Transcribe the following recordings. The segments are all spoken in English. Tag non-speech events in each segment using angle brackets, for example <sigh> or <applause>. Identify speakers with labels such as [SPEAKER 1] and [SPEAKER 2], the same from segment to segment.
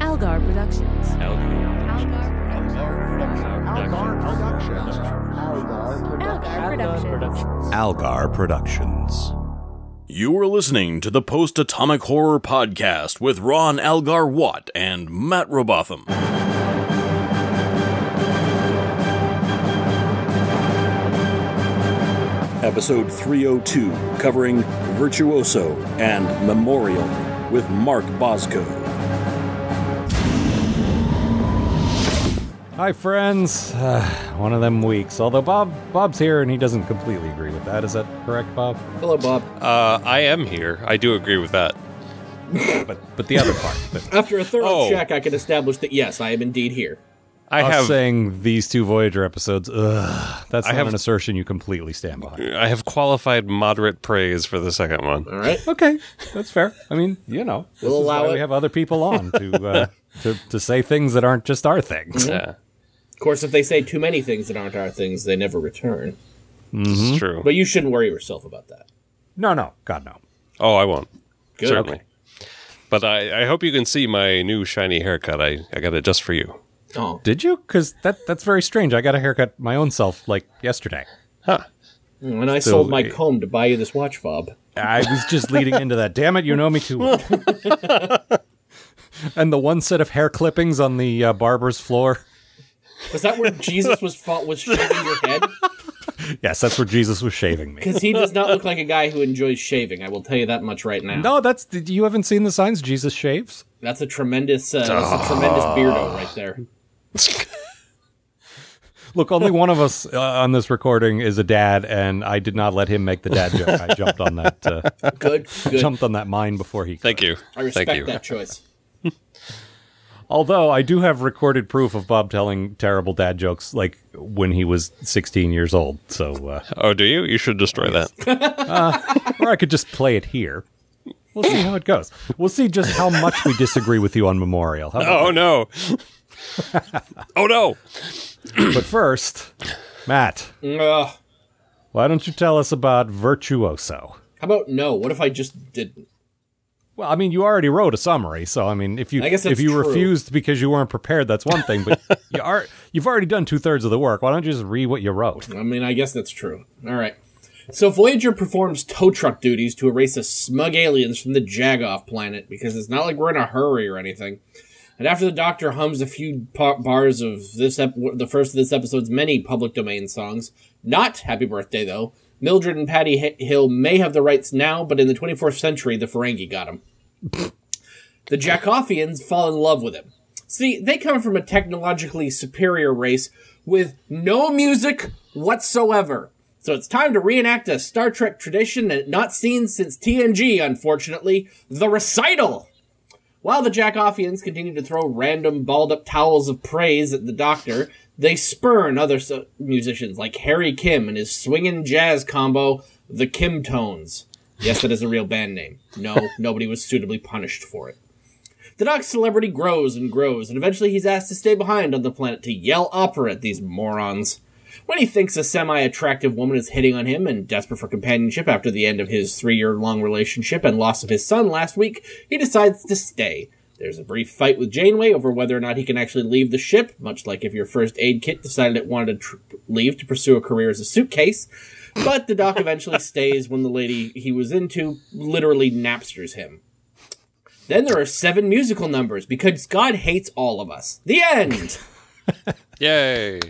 [SPEAKER 1] Algar Productions.
[SPEAKER 2] Algar Productions.
[SPEAKER 3] Algar Productions.
[SPEAKER 4] You are listening to the Post Atomic Horror Podcast with Ron Algar Watt and Matt Robotham. Episode 302, covering Virtuoso and Memorial with Mark Bosco.
[SPEAKER 5] Hi, friends. Uh, one of them weeks. Although Bob, Bob's here, and he doesn't completely agree with that. Is that correct, Bob?
[SPEAKER 6] Hello, Bob.
[SPEAKER 7] Uh, I am here. I do agree with that.
[SPEAKER 5] But but the other <laughs> part. But
[SPEAKER 6] After a thorough
[SPEAKER 7] Oh.
[SPEAKER 6] check, I can establish that yes, I am indeed here.
[SPEAKER 7] I
[SPEAKER 5] us
[SPEAKER 7] have
[SPEAKER 5] saying these two Voyager episodes. Ugh, that's
[SPEAKER 7] I
[SPEAKER 5] not
[SPEAKER 7] have-
[SPEAKER 5] an assertion you completely stand behind.
[SPEAKER 7] I have qualified moderate praise for the second one.
[SPEAKER 6] All right.
[SPEAKER 5] Okay, that's fair. I mean, you know, this
[SPEAKER 6] We'll
[SPEAKER 5] is
[SPEAKER 6] allow
[SPEAKER 5] why we
[SPEAKER 6] it.
[SPEAKER 5] have other people on to uh, <laughs> to to say things that aren't just our things.
[SPEAKER 7] Yeah,
[SPEAKER 6] Of course, if they say too many things that aren't our things, they never return.
[SPEAKER 7] it's true.
[SPEAKER 6] But you shouldn't worry yourself about that.
[SPEAKER 5] No, no, God no.
[SPEAKER 7] Oh, I won't
[SPEAKER 6] Good.
[SPEAKER 7] certainly. But I, I hope you can see my new shiny haircut. I, I got it just for you.
[SPEAKER 6] Oh,
[SPEAKER 5] Did you? Because that that's very strange. I got a haircut my own self like yesterday.
[SPEAKER 6] and I
[SPEAKER 5] So-
[SPEAKER 6] sold my comb to buy you this watch fob.
[SPEAKER 5] I was just leading into that. Damn it, you know me too well. <laughs> and the one set of hair clippings on the uh, barber's floor.
[SPEAKER 6] Was that where Jesus was fought was shaving your head?
[SPEAKER 5] Yes, that's where Jesus was shaving me.
[SPEAKER 6] Because he does not look like a guy who enjoys shaving. I will tell you that much right now.
[SPEAKER 5] No, that's did- you haven't seen the signs. Jesus shaves.
[SPEAKER 6] That's a tremendous, uh, that's
[SPEAKER 7] Ah.
[SPEAKER 6] a tremendous beardo right there.
[SPEAKER 5] Look, only one of us uh, on this recording is a dad, and I did not let him make the dad joke. I jumped on that uh,
[SPEAKER 6] Good, good.
[SPEAKER 5] jumped on that mine before he.
[SPEAKER 7] Thank you.
[SPEAKER 6] I respect
[SPEAKER 7] Thank you.
[SPEAKER 6] that choice.
[SPEAKER 5] Although I do have recorded proof of Bob telling terrible dad jokes, like when he was 16 years old. So, uh,
[SPEAKER 7] Oh, do you? You should destroy that. <laughs>
[SPEAKER 5] or I could just play it here. We'll see how it goes. We'll see just how much we disagree with you on Memorial. How about
[SPEAKER 7] Oh no. <laughs> oh no.
[SPEAKER 5] that? But first, Matt,
[SPEAKER 6] Ugh.
[SPEAKER 5] why don't you tell us about Virtuoso?
[SPEAKER 6] How about no? What if I just didn't?
[SPEAKER 5] Well, I mean, you already wrote a summary, so I mean, if you
[SPEAKER 6] I guess that's
[SPEAKER 5] if you
[SPEAKER 6] true.
[SPEAKER 5] refused because you weren't prepared, that's one thing. But you are you've already done two thirds of the work. Why don't you just read what you wrote?
[SPEAKER 6] I mean, I guess that's true. All right. So Voyager performs tow truck duties to erase the smug aliens from the Jagoff planet because it's not like we're in a hurry or anything. And after the Doctor hums a few pa- bars of this, ep- the first of this episode's many public domain songs, not "Happy Birthday" though, Mildred and Patty H- Hill may have the rights now, but in the 24th century, the Ferengi got them. the Jakoffians fall in love with him. See, they come from a technologically superior race with no music whatsoever. So it's time to reenact a Star Trek tradition that not seen since TNG, unfortunately, the recital. While the Jakoffians continue to throw random balled up towels of praise at the doctor, they spurn other s- musicians like Harry Kim and his swingin' jazz combo, the Kim Tones. Yes, that is a real band name. No, nobody was suitably punished for it. The Doc's celebrity grows and grows, and eventually he's asked to stay behind on the planet to yell opera at these morons. When he thinks a semi attractive woman is hitting on him and desperate for companionship after the end of his three year long relationship and loss of his son last week, he decides to stay. There's a brief fight with Janeway over whether or not he can actually leave the ship, much like if your first aid kit decided it wanted to tr- leave to pursue a career as a suitcase. But the doc eventually <laughs> stays when the lady he was into literally napsters him. Then there are seven musical numbers because God hates all of us. The end.
[SPEAKER 7] Yay.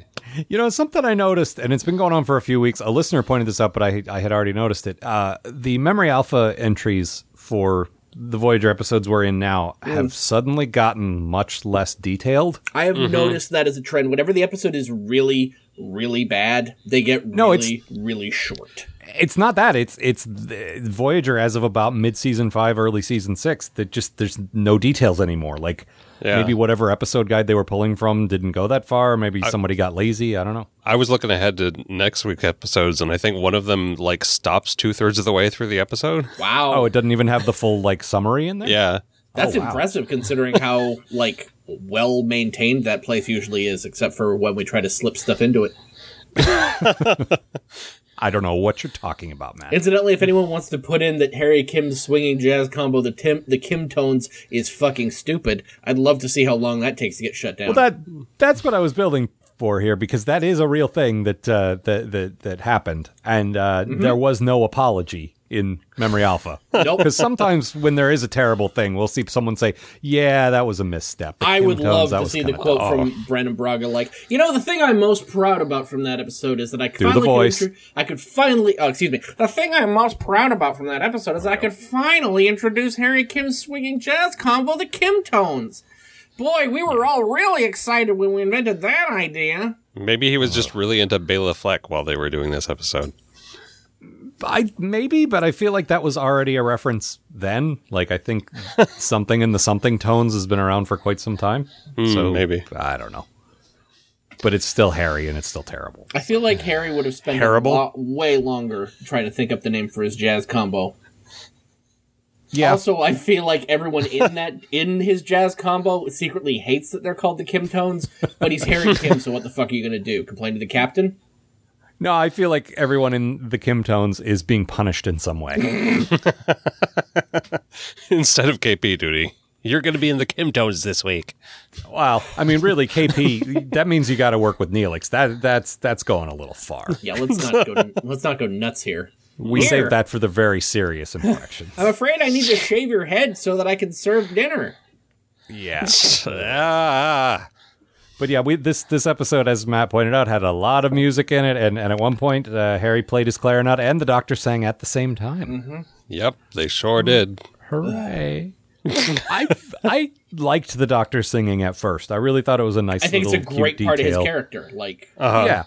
[SPEAKER 5] You know, something I noticed, and it's been going on for a few weeks. A listener pointed this out, but I, I had already noticed it. Uh, the Memory Alpha entries for the Voyager episodes we're in now have suddenly gotten much less detailed.
[SPEAKER 6] I have noticed that as a trend. Whenever the episode is really, really bad, they get
[SPEAKER 5] No, it's-
[SPEAKER 6] really, really short.
[SPEAKER 5] It's not that. It's it's the Voyager as of about mid season five, early season six. That just there's no details anymore. Like
[SPEAKER 7] Yeah.
[SPEAKER 5] maybe whatever episode guide they were pulling from didn't go that far. Maybe somebody got lazy. I don't know.
[SPEAKER 7] I was looking ahead to next week's episodes, and I think one of them like stops two thirds of the way through the episode.
[SPEAKER 6] Wow.
[SPEAKER 5] Oh, it oh, doesn't even have the full like summary in there.
[SPEAKER 7] Yeah.
[SPEAKER 6] That's impressive considering
[SPEAKER 5] <laughs>
[SPEAKER 6] how like well maintained that place usually is, except for when we try to slip stuff into it.
[SPEAKER 5] I don't know what you're talking about, Matt.
[SPEAKER 6] Incidentally, if anyone wants to put in that Harry Kim's swinging jazz combo, the Tim, the Kim tones is fucking stupid. I'd love to see how long that takes to get shut down.
[SPEAKER 5] well, that that's what I was building for here because that is a real thing that uh, that, that that happened, and uh,
[SPEAKER 6] Mm-hmm.
[SPEAKER 5] there was no apology in Memory Alpha. <laughs>
[SPEAKER 6] Nope.
[SPEAKER 5] Because sometimes when there is a terrible thing, we'll see someone say, "Yeah, that was a misstep." The
[SPEAKER 6] I
[SPEAKER 5] Kim
[SPEAKER 6] would
[SPEAKER 5] Tones,
[SPEAKER 6] love
[SPEAKER 5] that
[SPEAKER 6] to
[SPEAKER 5] was
[SPEAKER 6] see the
[SPEAKER 5] kinda "Oh."
[SPEAKER 6] quote
[SPEAKER 5] dumb."
[SPEAKER 6] from Brandon Braga. Like, you know, the thing I'm most proud about from that episode is that I
[SPEAKER 5] the
[SPEAKER 6] finally
[SPEAKER 5] voice.
[SPEAKER 6] Could intro- I could finally. Oh, excuse me. The thing I'm most proud about from that episode is I could finally introduce Harry Kim's swinging jazz combo, the Kim Tones. Boy, we were all really excited when we invented that idea.
[SPEAKER 7] Maybe he was just really into Bela Fleck while they were doing this episode.
[SPEAKER 5] I maybe, but I feel like that was already a reference then. Like
[SPEAKER 6] <laughs>
[SPEAKER 5] I think something in the something tones has been around for quite some time. so
[SPEAKER 7] Hmm, maybe. <laughs>
[SPEAKER 5] I don't know. But it's still hairy and it's still terrible.
[SPEAKER 6] I feel like Harry would have spent a
[SPEAKER 7] Terrible.
[SPEAKER 6] lot, way longer trying to think up the name for his jazz combo.
[SPEAKER 5] Yeah.
[SPEAKER 6] Also, I feel like everyone in that in his jazz combo secretly hates that they're called the Kim Tones, but he's Harry Kim. So what the fuck are you gonna do? Complain to the captain?
[SPEAKER 5] No, I feel like everyone in the Kim tones is being punished in some way.
[SPEAKER 7] Instead of KP duty, you're going to be in the Kim Tones this week.
[SPEAKER 5] well, I mean, really, KP, that means you got to work with Neelix. That that's that's going a little far.
[SPEAKER 6] Yeah, let's not go. let's not go nuts here.
[SPEAKER 5] We
[SPEAKER 6] Here.
[SPEAKER 5] save that for the very serious infractions.
[SPEAKER 6] <laughs> I'm afraid I need to shave your head so that I can serve dinner.
[SPEAKER 5] yeah.
[SPEAKER 7] Ah.
[SPEAKER 5] But yeah, we this this episode, as Matt pointed out, had a lot of music in it, and, and at one point, uh, Harry played his clarinet and the Doctor sang at the same time.
[SPEAKER 7] <laughs>
[SPEAKER 6] Mm-hmm.
[SPEAKER 7] Yep, they sure did.
[SPEAKER 5] Hooray! <laughs> I I liked the Doctor singing at first. I really thought it was a nice.
[SPEAKER 6] I think it's a
[SPEAKER 5] little
[SPEAKER 6] great
[SPEAKER 5] cute
[SPEAKER 6] part of his
[SPEAKER 5] detail.
[SPEAKER 6] character. Like
[SPEAKER 5] Yeah, Uh,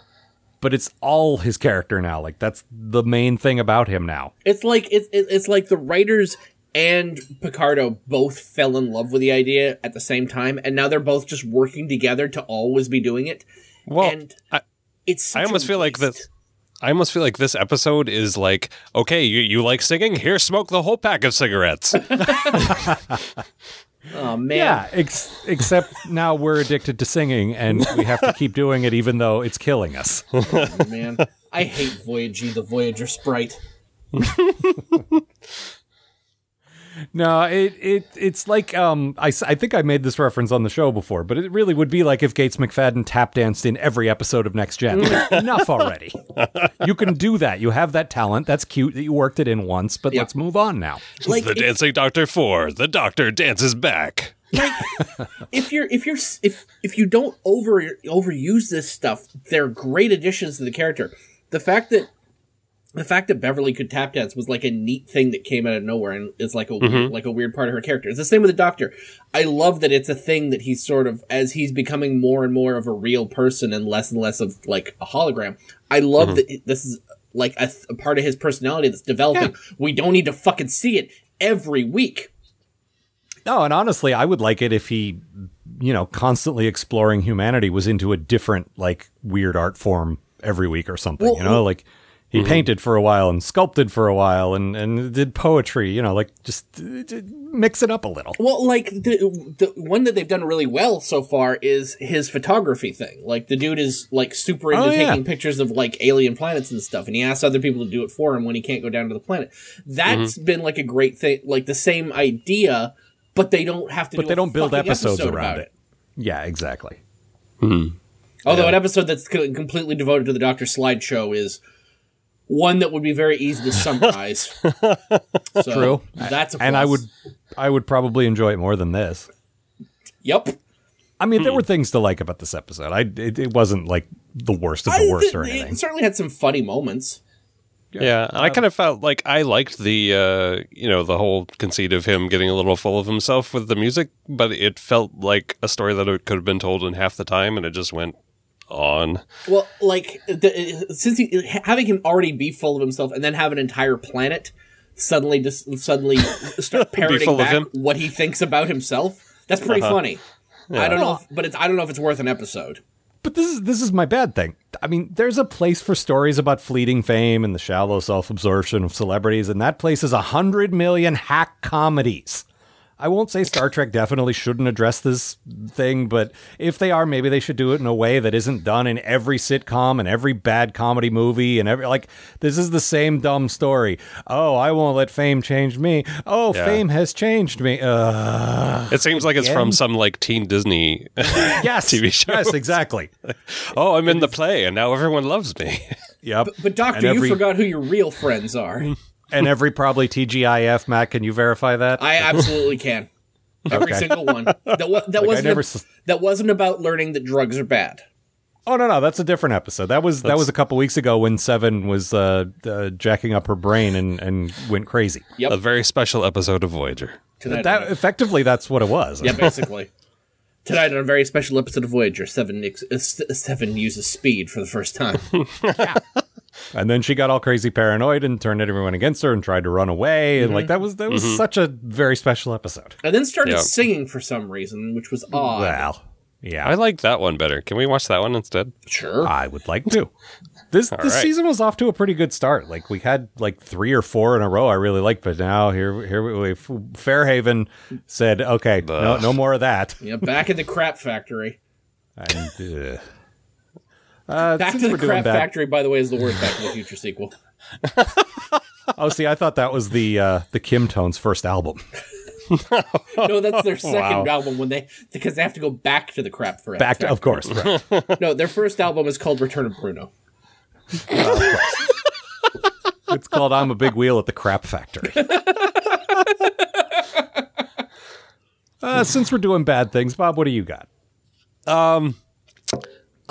[SPEAKER 5] but it's all his character now. Like that's the main thing about him now.
[SPEAKER 6] it's like it's it- it's like the writers and Picardo both fell in love with the idea at the same time, and now they're both just working together to always be doing it.
[SPEAKER 7] Well,
[SPEAKER 6] and it's such
[SPEAKER 7] Oh, I
[SPEAKER 6] a
[SPEAKER 7] almost feel like
[SPEAKER 6] waste.
[SPEAKER 7] this. I almost feel like this episode is like, okay, you, you like singing? Here, smoke the whole pack of cigarettes.
[SPEAKER 6] Oh man.
[SPEAKER 5] Yeah, ex- except now we're addicted to singing, and we have to keep doing it, even though it's killing us.
[SPEAKER 6] man. I hate Voyagey the Voyager sprite.
[SPEAKER 5] <laughs> No, it, it it's like um I, s- I think I made this reference on the show before, but it really would be like if Gates McFadden tap danced in every episode of Next Gen. <laughs> Like, enough already. You can do that. You have that talent. That's cute that you worked it in once, but
[SPEAKER 6] Yeah.
[SPEAKER 5] let's move on now.
[SPEAKER 6] <laughs> Like
[SPEAKER 7] the
[SPEAKER 6] if,
[SPEAKER 7] Dancing Doctor 4. The Doctor dances back.
[SPEAKER 6] if you're if you're s- if if you don't over overuse this stuff, they're great additions to the character. The fact that the fact that Beverly could tap dance was like a neat thing that came out of nowhere and it's like a weird, like a weird part of her character. It's the same with the Doctor. I love that it's a thing that he's sort of as he's becoming more and more of a real person and less and less of like a hologram. I love that it- this is like a, th- a part of his personality that's developing. We don't need to fucking see it every week.
[SPEAKER 5] No, and honestly, I would like it if he, you know, constantly exploring humanity was into a different like weird art form every week or something. you know, like he
[SPEAKER 6] mm-hmm.
[SPEAKER 5] painted for a while and sculpted for a while and and did poetry. You know, like just uh, d- mix it up a little.
[SPEAKER 6] Well, like the the one that they've done really well so far is his photography thing. Like the dude is like super into
[SPEAKER 5] Oh, yeah.
[SPEAKER 6] taking pictures of like alien planets and stuff, and he asks other people to do it for him when he can't go down to the planet. That's
[SPEAKER 5] Mm-hmm.
[SPEAKER 6] been like a great thing, like the same idea, but they don't have to.
[SPEAKER 5] but
[SPEAKER 6] do
[SPEAKER 5] they
[SPEAKER 6] a
[SPEAKER 5] don't build
[SPEAKER 6] fucking
[SPEAKER 5] episodes
[SPEAKER 6] episode
[SPEAKER 5] around
[SPEAKER 6] about
[SPEAKER 5] it. Yeah, exactly.
[SPEAKER 6] Although an episode that's co- completely devoted to the Doctor slideshow is one that would be very easy to
[SPEAKER 5] <laughs>
[SPEAKER 6] summarize. so
[SPEAKER 5] True.
[SPEAKER 6] That's a
[SPEAKER 5] And I
[SPEAKER 6] plus.
[SPEAKER 5] would I would probably enjoy it more than this.
[SPEAKER 6] Yep.
[SPEAKER 5] I mean,
[SPEAKER 6] Hmm.
[SPEAKER 5] there were things to like about this episode. I it, it wasn't like the worst of the worst or
[SPEAKER 6] It-
[SPEAKER 5] anything.
[SPEAKER 6] It certainly had some funny moments.
[SPEAKER 7] Yeah, and I kind of felt like I liked the uh, you know the whole conceit of him getting a little full of himself with the music, but it felt like a story that it could have been told in half the time, and it just went on.
[SPEAKER 6] Well, like the, since he, having him already be full of himself and then have an entire planet suddenly just
[SPEAKER 5] <laughs>
[SPEAKER 6] suddenly start parroting
[SPEAKER 7] full of
[SPEAKER 6] back
[SPEAKER 7] him.
[SPEAKER 6] what he thinks about himself. That's pretty
[SPEAKER 5] Uh-huh.
[SPEAKER 6] funny. I don't know, if, but it's I don't know if it's worth an episode.
[SPEAKER 5] But this is this is my bad thing. I mean, there's a place for stories about fleeting fame and the shallow self-absorption of celebrities, and that place is a hundred million hack comedies. I won't say Star Trek definitely shouldn't address this thing, but if they are, maybe they should do it in a way that isn't done in every sitcom and every bad comedy movie and every like this is the same dumb story. Oh, I won't let fame change me. Oh,
[SPEAKER 7] Yeah.
[SPEAKER 5] fame has changed me.
[SPEAKER 7] <laughs>
[SPEAKER 5] Uh,
[SPEAKER 7] It seems like it's from some like Teen Disney. <laughs>
[SPEAKER 5] yes,
[SPEAKER 7] TV shows.
[SPEAKER 5] Yes,
[SPEAKER 7] <laughs>
[SPEAKER 5] exactly.
[SPEAKER 7] oh, I'm in the play, and now everyone loves me.
[SPEAKER 5] Yep.
[SPEAKER 6] But doctor,
[SPEAKER 5] and every,
[SPEAKER 6] you forgot who your real friends are.
[SPEAKER 5] <laughs> and every probably TGIF. Matt, can you verify that?
[SPEAKER 6] I absolutely can. Every
[SPEAKER 5] Okay.
[SPEAKER 6] single
[SPEAKER 5] <laughs>
[SPEAKER 6] one. That, wa- that wasn't
[SPEAKER 5] never s-
[SPEAKER 6] that wasn't about learning that drugs are bad.
[SPEAKER 5] Oh no, no, that's a different episode. That was that was a couple weeks ago when Seven was uh, uh, jacking up her brain and, and went crazy.
[SPEAKER 7] a very special episode of Voyager.
[SPEAKER 6] To that,
[SPEAKER 5] That effectively, that's what it was.
[SPEAKER 6] yeah, basically. Tonight on a very special episode of Voyager, Seven nix, uh, S- Seven uses speed for the first time.
[SPEAKER 5] And then she got all crazy, paranoid, and turned everyone against her and tried to run away. And like
[SPEAKER 6] Mm-hmm.
[SPEAKER 5] that was that was such a very special episode.
[SPEAKER 6] and then started
[SPEAKER 7] Yeah.
[SPEAKER 6] singing for some reason, which was odd.
[SPEAKER 5] Well, yeah,
[SPEAKER 7] I like that one better. Can we watch that one instead?
[SPEAKER 6] Sure.
[SPEAKER 5] I would like to. This this
[SPEAKER 7] right.
[SPEAKER 5] season was off to a pretty good start. Like we had like three or four in a row I really liked, but now here here we, we Fairhaven said, okay, no, no more
[SPEAKER 6] <laughs>
[SPEAKER 5] of that.
[SPEAKER 6] yeah, back in the crap <laughs> factory.
[SPEAKER 5] And, ugh. Uh,
[SPEAKER 6] Back
[SPEAKER 5] since
[SPEAKER 6] to the
[SPEAKER 5] we're doing
[SPEAKER 6] crap
[SPEAKER 5] that-
[SPEAKER 6] factory, by the way, is the word Back to <laughs> the Future sequel.
[SPEAKER 5] Oh, see, I thought that was the uh, the Kim Tones
[SPEAKER 6] <laughs>
[SPEAKER 5] first album.
[SPEAKER 6] No, that's <laughs> their second album when they because they have to go back to the crap for
[SPEAKER 5] Back, to, of course. right.
[SPEAKER 6] No, their first album is called Return of Bruno.
[SPEAKER 5] It's called "I'm a Big Wheel at the
[SPEAKER 6] <laughs>
[SPEAKER 5] Crap Factory." uh, since we're doing bad things, Bob, what do you got?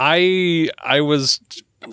[SPEAKER 7] I I was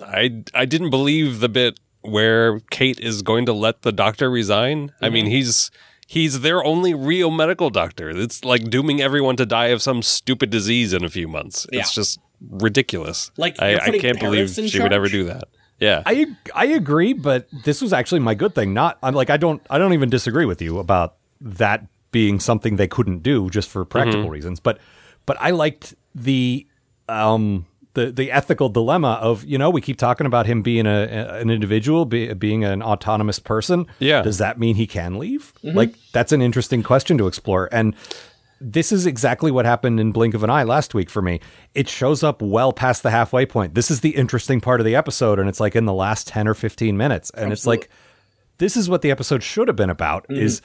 [SPEAKER 7] I I didn't believe the bit where Kate is going to let the doctor resign. I
[SPEAKER 6] Mm-hmm.
[SPEAKER 7] mean, he's he's their only real medical doctor. It's like dooming everyone to die of some stupid disease in a few months. It's
[SPEAKER 6] Yeah.
[SPEAKER 7] just ridiculous.
[SPEAKER 6] Like,
[SPEAKER 7] I,
[SPEAKER 6] you're
[SPEAKER 7] I
[SPEAKER 6] putting
[SPEAKER 7] can't believe
[SPEAKER 6] parents in
[SPEAKER 7] she would ever
[SPEAKER 6] charge?
[SPEAKER 7] do that. Yeah.
[SPEAKER 5] I I agree, but this was actually my good thing. Not I'm like I don't I don't even disagree with you about that being something they couldn't do just for practical reasons. But but I liked the um the the ethical dilemma of you know we keep talking about him being a, a- an individual be, being an autonomous person.
[SPEAKER 7] Yeah.
[SPEAKER 5] does that mean he can leave? Like that's an interesting question to explore and. This is exactly what happened in Blink of an Eye last week for me. It shows up well past the halfway point. This is the interesting part of the episode, and it's like in the last 10 or 15 minutes. And it's like, this is what the episode should have been about is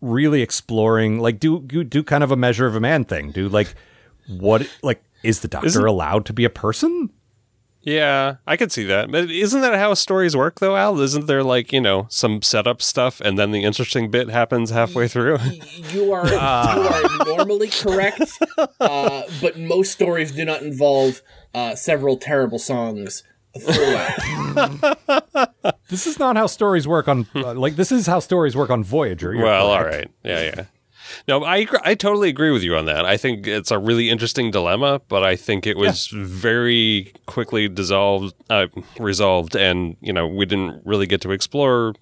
[SPEAKER 5] really exploring like do, do do kind of a measure of a man thing do like what like is the doctor allowed to be a person
[SPEAKER 7] Yeah, I could see that. But isn't that how stories work, though, Al? Isn't there like you know some setup stuff, and then the interesting bit happens halfway through? <laughs>
[SPEAKER 6] You are you are normally correct, uh, but most stories do not involve uh, several terrible songs throughout.
[SPEAKER 5] this is not how stories work on uh, like this is how stories work on voyager You're
[SPEAKER 7] well, all
[SPEAKER 5] correct.
[SPEAKER 7] right, yeah, yeah. No, I agr- I totally agree with you on that. I think it's a really interesting dilemma, but I think it was very quickly dissolved, uh, resolved, and you know we didn't really get to explore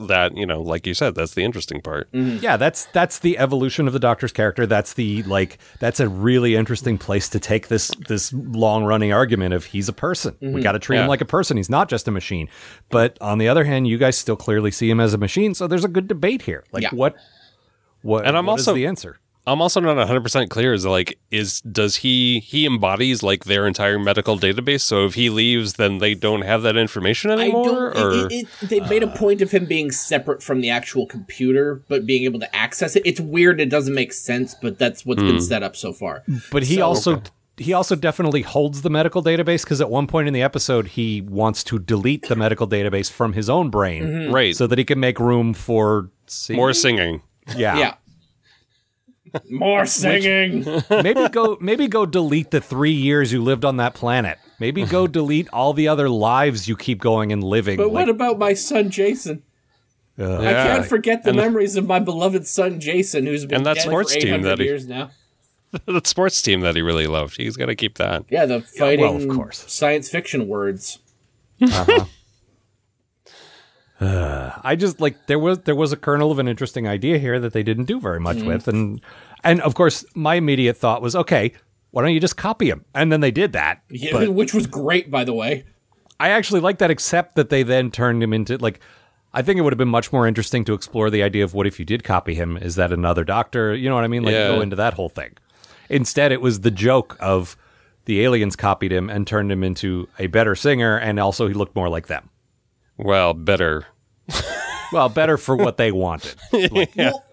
[SPEAKER 7] that. You know, like you said, that's the interesting part.
[SPEAKER 6] Mm-hmm.
[SPEAKER 5] yeah that's that's the evolution of the doctor's character that's the like that's a really interesting place to take this this long running argument of he's a person we got to treat
[SPEAKER 7] Yeah.
[SPEAKER 5] him like a person he's not just a machine but on the other hand you guys still clearly see him as a machine so there's a good debate here like
[SPEAKER 6] Yeah.
[SPEAKER 5] what what
[SPEAKER 7] And I'm
[SPEAKER 5] what is
[SPEAKER 7] also-
[SPEAKER 5] the answer
[SPEAKER 7] I'm also not 100% clear is like is does he he embodies like their entire medical database so if he leaves then they don't have that information
[SPEAKER 6] I
[SPEAKER 7] anymore
[SPEAKER 6] don't.
[SPEAKER 7] or
[SPEAKER 6] It, it, it, they made a point of him being separate from the actual computer, but being able to access it. It's weird. It doesn't make sense, but that's what's
[SPEAKER 7] Hmm.
[SPEAKER 6] been set up so far.
[SPEAKER 5] But he also he also definitely holds the medical database because at one point in the episode he wants to delete the medical database from his own brain
[SPEAKER 7] right
[SPEAKER 5] so
[SPEAKER 7] so
[SPEAKER 5] that he can make room for Mm-hmm. see,
[SPEAKER 7] more singing
[SPEAKER 5] yeah.
[SPEAKER 6] Yeah. More singing.
[SPEAKER 5] maybe go maybe go delete the three years you lived on that planet. Maybe go
[SPEAKER 6] <laughs>
[SPEAKER 5] delete all the other lives you keep going and living.
[SPEAKER 6] but
[SPEAKER 5] Like,
[SPEAKER 6] what about my son Jason? I
[SPEAKER 7] Yeah.
[SPEAKER 6] can't forget the memories of my beloved son Jason, who's been
[SPEAKER 7] And that
[SPEAKER 6] dead
[SPEAKER 7] sports
[SPEAKER 6] for
[SPEAKER 7] team
[SPEAKER 6] 800
[SPEAKER 7] that he-
[SPEAKER 6] years now.
[SPEAKER 7] <laughs> the sports team that he really loved he's got to keep that
[SPEAKER 6] Yeah, the fighting
[SPEAKER 5] well, of course.
[SPEAKER 6] science fiction words.
[SPEAKER 5] I just like there was there was a kernel of an interesting idea here that they didn't do very
[SPEAKER 6] Mm.
[SPEAKER 5] much with, and and of course my immediate thought was okay. Why don't you just copy him? And then they did that.
[SPEAKER 6] Yeah,
[SPEAKER 5] but-
[SPEAKER 6] which was great, by the way.
[SPEAKER 5] I actually like that, except that they then turned him into like I think it would have been much more interesting to explore the idea of what if you did copy him? Is that another doctor? You know what I mean? Like
[SPEAKER 7] Yeah.
[SPEAKER 5] go into that whole thing. Instead, it was the joke of the aliens copied him and turned him into a better singer, and also he looked more like them.
[SPEAKER 7] Well, better.
[SPEAKER 5] Well, better for what they wanted. Like,
[SPEAKER 6] Well,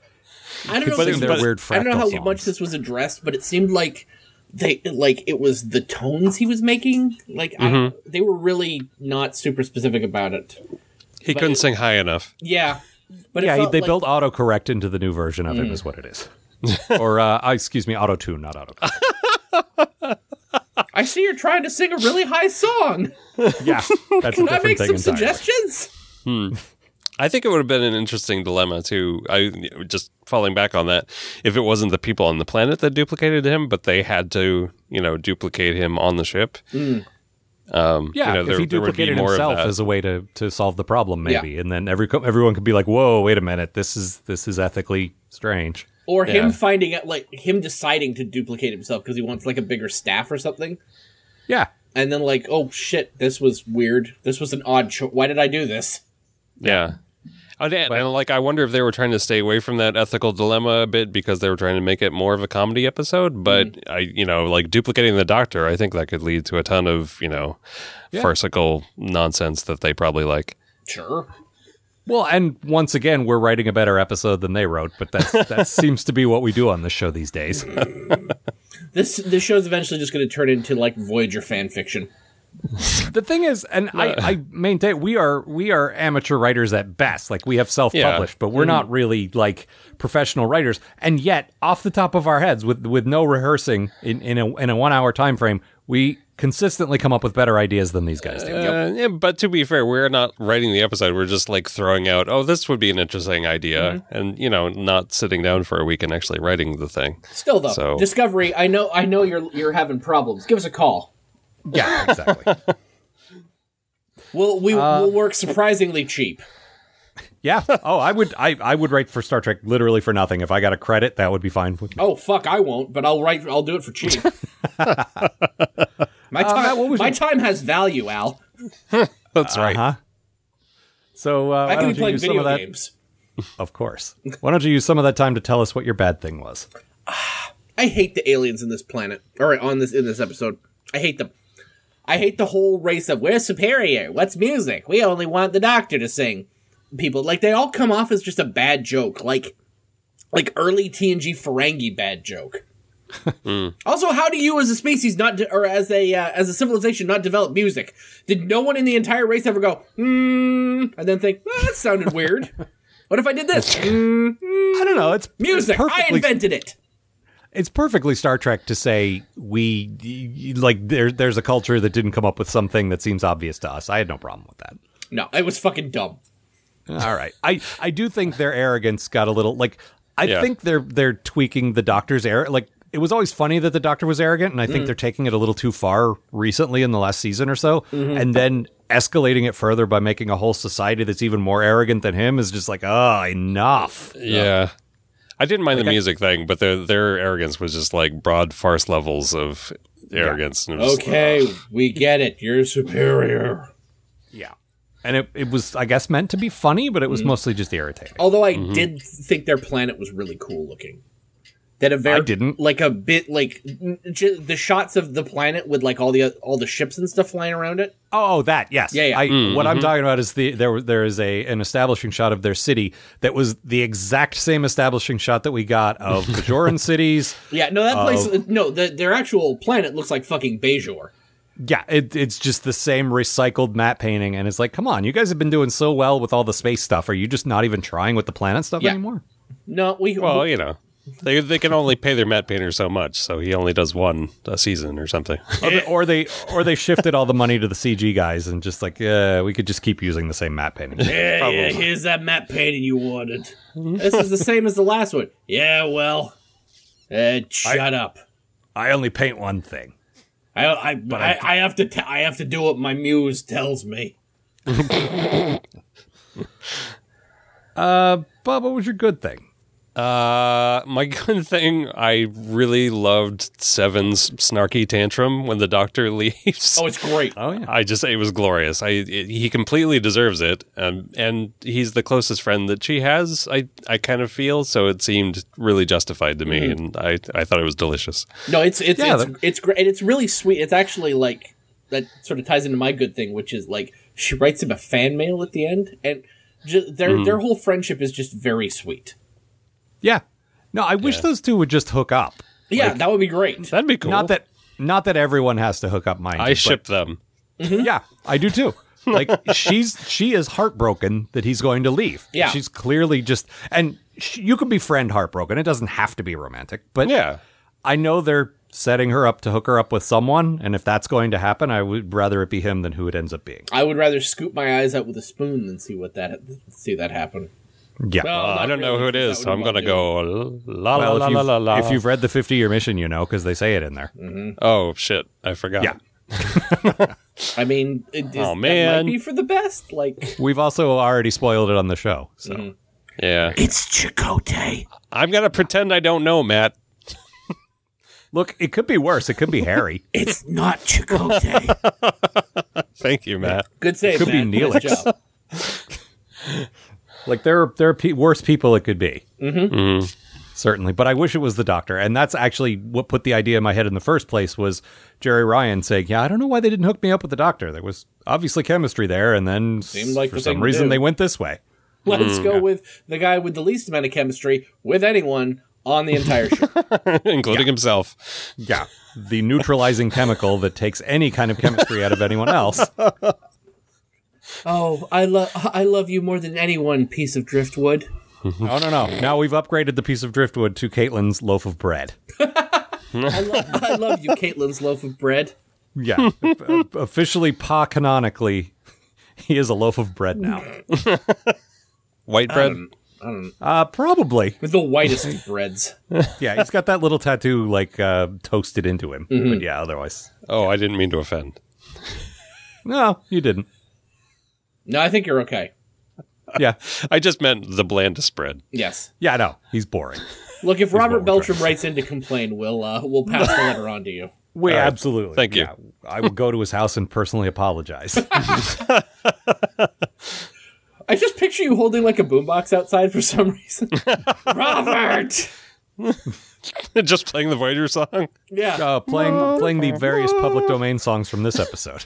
[SPEAKER 6] I don't know.
[SPEAKER 5] But
[SPEAKER 6] if
[SPEAKER 5] in
[SPEAKER 6] it
[SPEAKER 5] their
[SPEAKER 6] was-
[SPEAKER 5] weird
[SPEAKER 6] I don't know
[SPEAKER 5] fractal
[SPEAKER 6] how
[SPEAKER 5] songs.
[SPEAKER 6] much this was addressed, but it seemed like they like it was the tones he was making. Like I,
[SPEAKER 5] Mm-hmm.
[SPEAKER 6] they were really not super specific about it.
[SPEAKER 7] He couldn't sing high enough.
[SPEAKER 6] Yeah, <laughs> but it
[SPEAKER 5] yeah,
[SPEAKER 6] felt
[SPEAKER 5] they
[SPEAKER 6] like- Mm.
[SPEAKER 5] built autocorrect into the new version of it, is what it is. or, uh, <laughs> I- excuse me, auto tune, not auto.
[SPEAKER 6] <laughs> I see you're trying to sing a really high
[SPEAKER 5] <laughs>
[SPEAKER 6] song.
[SPEAKER 5] Yeah, that's a
[SPEAKER 6] Can I
[SPEAKER 5] different
[SPEAKER 6] make
[SPEAKER 5] thing
[SPEAKER 6] some
[SPEAKER 5] entirely.
[SPEAKER 6] suggestions?
[SPEAKER 7] I think it would have been an interesting dilemma too. I just falling back on that. If it wasn't the people on the planet that duplicated him, but they had to, you know, duplicate him on the ship. Um,
[SPEAKER 5] Mm. Yeah,
[SPEAKER 7] you know,
[SPEAKER 5] if he
[SPEAKER 7] would be
[SPEAKER 5] duplicated
[SPEAKER 7] more of
[SPEAKER 5] himself
[SPEAKER 7] that.
[SPEAKER 5] as a way to, to solve the problem,
[SPEAKER 6] Yeah.
[SPEAKER 5] maybe, and then every co- everyone could be like, "Whoa, wait a minute, this is this is ethically strange."
[SPEAKER 6] Or
[SPEAKER 7] Yeah.
[SPEAKER 6] him finding out, like him deciding to duplicate himself because he wants like a bigger staff or something.
[SPEAKER 5] Yeah,
[SPEAKER 6] And then like, oh shit, this was weird. This was an odd choice. Why did I do this?
[SPEAKER 7] yeah. And, and, and, like, I wonder if they were trying to stay away from that ethical dilemma a bit because they were trying to make it more of a comedy episode. But
[SPEAKER 5] Mm.
[SPEAKER 7] I, you know, like duplicating the Doctor, I think that could lead to a ton of, you know, farcical nonsense that they probably like.
[SPEAKER 6] Sure.
[SPEAKER 5] well, and once again, we're writing a better episode than they wrote, but that's, <laughs> that seems to be what we do on this show these days.
[SPEAKER 6] This this show's eventually just going to turn into like Voyager fan fiction.
[SPEAKER 5] the thing is, and <laughs> I, I maintain we are we are amateur writers at best. Like we have self published, but we're not really like professional writers. And yet, off the top of our heads, with with no rehearsing in in a, in a one hour time frame, we consistently come up with better ideas than these guys do.
[SPEAKER 7] Uh, yeah, but to be fair, we're not writing the episode. We're just like throwing out, oh, this would be an interesting idea,
[SPEAKER 6] Mm-hmm.
[SPEAKER 7] and you know, not sitting down for a week and actually writing the thing.
[SPEAKER 6] Still though,
[SPEAKER 7] So-
[SPEAKER 6] Discovery, I know I know you're you're having problems. Give us a call.
[SPEAKER 5] yeah, exactly.
[SPEAKER 6] We'll we,
[SPEAKER 5] Uh,
[SPEAKER 6] we'll work surprisingly cheap.
[SPEAKER 5] Yeah. Oh, I would I, I would write for Star Trek literally for nothing. If I got a credit, that would be fine with me.
[SPEAKER 6] Oh fuck, I won't, but I'll write. I'll do it for
[SPEAKER 5] <laughs>
[SPEAKER 6] cheap. my time,
[SPEAKER 5] Uh, Matt, what was
[SPEAKER 6] my
[SPEAKER 5] your-
[SPEAKER 6] time has value, Al.
[SPEAKER 7] That's right.
[SPEAKER 5] Huh? So
[SPEAKER 6] I
[SPEAKER 5] uh, why
[SPEAKER 6] could
[SPEAKER 5] don't
[SPEAKER 6] be
[SPEAKER 5] you
[SPEAKER 6] playing
[SPEAKER 5] use some
[SPEAKER 6] video
[SPEAKER 5] of that?
[SPEAKER 6] games.
[SPEAKER 5] Of course. Why don't you use some of that time to tell us what your bad thing was?
[SPEAKER 6] I hate the aliens in this planet, or on this in this episode. I hate them. I hate the whole race of we're superior. What's music? We only want the doctor to sing. People like they all come off as just a bad joke, like like early TNG Ferengi bad joke. Also, how do you, as a species, not de- or as a uh, as a civilization, not develop music? Did no one in the entire race ever go hmm, and then think "Ah, that sounded weird? what if I did this? Hmm,
[SPEAKER 5] I don't know. It's
[SPEAKER 6] music. I
[SPEAKER 5] perfectly-
[SPEAKER 6] invented it.
[SPEAKER 5] it's perfectly Star Trek to say we y- y- like there, there's a culture that didn't come up with something that seems obvious to us. I had no problem with that.
[SPEAKER 6] No, it was fucking dumb.
[SPEAKER 5] All right, I I do think their arrogance got a little like I
[SPEAKER 7] Yeah.
[SPEAKER 5] think they're they're tweaking the Doctor's air like. It was always funny that the doctor was arrogant, and I think they're taking it a little too far recently in the last season or so, and then escalating it further by making a whole society that's even more arrogant than him is just like, oh, enough.
[SPEAKER 7] Yeah, I didn't mind the music thing, but their their arrogance was just like broad farce levels of arrogance. And it was just like,
[SPEAKER 6] Okay, we get it. You're superior.
[SPEAKER 5] Yeah, and it it was I guess meant to be funny, but it was mostly just irritating.
[SPEAKER 6] Although I did think their planet was really cool looking. That a very
[SPEAKER 5] I didn't.
[SPEAKER 6] like a bit like n- j- the shots of the planet with like all the all the ships and stuff flying around it.
[SPEAKER 5] Oh, that yes.
[SPEAKER 6] Yeah, yeah.
[SPEAKER 5] I, What I'm talking about is the there. was- There is a an establishing shot of their city that was the exact same establishing shot that we got of Bajoran cities.
[SPEAKER 6] Yeah, no, that place. No, the, their actual planet looks like fucking Bejor.
[SPEAKER 5] Yeah, it, it's just the same recycled map painting, and it's like, come on, you guys have been doing so well with all the space stuff. Are you just not even trying with the planet stuff
[SPEAKER 6] Yeah.
[SPEAKER 5] anymore?
[SPEAKER 6] No, we
[SPEAKER 7] well, you know. They, they can only pay their matte painter so much, so he only does one a season
[SPEAKER 6] <laughs>
[SPEAKER 7] or something.
[SPEAKER 6] Eh.
[SPEAKER 5] Or, the- or they or they shifted all the money to the CG guys and just like, uh, we could just keep using the same map painting.
[SPEAKER 6] <laughs> yeah, yeah, here's that map painting you wanted. this is the same as the last one. Yeah, well, uh, shut up.
[SPEAKER 5] I only paint one thing.
[SPEAKER 6] I I, I, I have to t- I have to do what my muse tells me.
[SPEAKER 5] Bob, what was your good thing?
[SPEAKER 7] Uh, my <laughs> gun thing. I really loved Seven's snarky tantrum when the doctor <laughs> leaves.
[SPEAKER 6] Oh, it's great.
[SPEAKER 5] Oh yeah.
[SPEAKER 7] I just it was glorious. I it, he completely deserves it, um, and he's the closest friend that she has. I I kind of feel so. It seemed really justified to me, and I I thought it was delicious.
[SPEAKER 6] No, it's it's
[SPEAKER 5] Yeah,
[SPEAKER 6] it's,
[SPEAKER 5] that-
[SPEAKER 6] it's great. and It's really sweet. It's actually like that sort of ties into my good thing, which is like she writes him a fan mail at the end, and ju- their
[SPEAKER 7] Mm-hmm.
[SPEAKER 6] their whole friendship is just very sweet.
[SPEAKER 5] Yeah. No, I wish those two would just hook up.
[SPEAKER 6] Yeah, that would be great.
[SPEAKER 7] That'd be cool.
[SPEAKER 5] Not that not that everyone has to hook up mine.
[SPEAKER 7] I ship them. Hmm?
[SPEAKER 5] Yeah, I do too.
[SPEAKER 7] <laughs>
[SPEAKER 5] Like she's she is heartbroken that he's going to leave.
[SPEAKER 6] Yeah.
[SPEAKER 5] She's clearly just and sh you can befriend heartbroken. It doesn't have to be romantic, but
[SPEAKER 7] Yeah.
[SPEAKER 5] I know they're setting her up to hook her up with someone and if that's going to happen, I would rather it be him than who it ends up being.
[SPEAKER 6] I would rather scoop my eyes out with a spoon than see what that see that happen.
[SPEAKER 5] Yeah.
[SPEAKER 6] Well,
[SPEAKER 7] Uh, I
[SPEAKER 6] not
[SPEAKER 7] don't know
[SPEAKER 6] really,
[SPEAKER 7] who it
[SPEAKER 6] because
[SPEAKER 7] is,
[SPEAKER 6] that
[SPEAKER 7] so I'm
[SPEAKER 6] wouldn't
[SPEAKER 7] gonna go la la
[SPEAKER 5] Well,
[SPEAKER 7] la
[SPEAKER 5] if,
[SPEAKER 7] la
[SPEAKER 5] you've,
[SPEAKER 7] la la.
[SPEAKER 5] if you've read the 50 year mission, you know, because they say it in there.
[SPEAKER 7] oh shit, I forgot.
[SPEAKER 5] Yeah.
[SPEAKER 6] I mean, it, is,
[SPEAKER 7] Oh,
[SPEAKER 6] that
[SPEAKER 7] man.
[SPEAKER 6] might be for the best. Like
[SPEAKER 5] We've also already spoiled it on the show. So
[SPEAKER 7] Mm-hmm. yeah.
[SPEAKER 6] it's Chicote.
[SPEAKER 7] I'm gonna pretend I don't know, Matt.
[SPEAKER 5] look, it could be worse. It could be
[SPEAKER 7] <laughs>
[SPEAKER 5] Harry.
[SPEAKER 6] It's not Chicote.
[SPEAKER 7] Thank you, Matt.
[SPEAKER 6] <laughs> Good save,
[SPEAKER 5] could be
[SPEAKER 6] Matt. Nice
[SPEAKER 5] Neelix.
[SPEAKER 6] job.
[SPEAKER 5] Like there are there are pe- worse people it could be. Mm-hmm. Certainly, but I wish it was the doctor, and that's actually what put the idea in my head in the first place. Was Jerry Ryan saying, "Yeah, I don't know why they didn't hook me up with the doctor. There was obviously chemistry there, and then s-
[SPEAKER 6] Seemed like
[SPEAKER 5] for
[SPEAKER 6] the thing
[SPEAKER 5] some
[SPEAKER 6] to
[SPEAKER 5] reason
[SPEAKER 6] do."
[SPEAKER 5] they went this way."
[SPEAKER 6] Let's go with the guy with the least amount of chemistry with anyone on the entire show.
[SPEAKER 7] <laughs> Including himself.
[SPEAKER 5] Yeah, the neutralizing chemical that takes any kind of chemistry out of
[SPEAKER 6] <laughs>
[SPEAKER 5] anyone else.
[SPEAKER 6] <laughs> Oh, I love I love you more than anyone, piece of driftwood.
[SPEAKER 5] No, no, no. Now we've upgraded the piece of driftwood to Caitlin's loaf of bread.
[SPEAKER 6] I, lo- I love you, Caitlin's loaf of bread.
[SPEAKER 5] Yeah, o- <laughs> officially, pa canonically, he is a loaf of bread now.
[SPEAKER 7] White bread.
[SPEAKER 5] Uh, probably.
[SPEAKER 6] With the whitest of breads.
[SPEAKER 5] Yeah, he's got that little tattoo like uh, toasted into him. But yeah, otherwise,
[SPEAKER 7] Oh, I didn't mean to offend.
[SPEAKER 5] no, you didn't.
[SPEAKER 6] No, I think you're okay.
[SPEAKER 5] Yeah,
[SPEAKER 7] I just meant the blandest bread.
[SPEAKER 6] Yes.
[SPEAKER 5] yeah, no, he's boring.
[SPEAKER 6] Look, if
[SPEAKER 5] what
[SPEAKER 6] Robert
[SPEAKER 5] we're
[SPEAKER 6] Beltram writes in to complain, we'll uh, we'll pass the letter on to you.
[SPEAKER 5] We absolutely.
[SPEAKER 7] Thank you.
[SPEAKER 5] Yeah, I will go to his house and personally <laughs> apologize.
[SPEAKER 6] I just picture you holding like a boombox outside for some reason. Robert.
[SPEAKER 7] <laughs> just playing the Voyager song.
[SPEAKER 6] Yeah.
[SPEAKER 5] uh, playing playing the various public domain songs from this episode.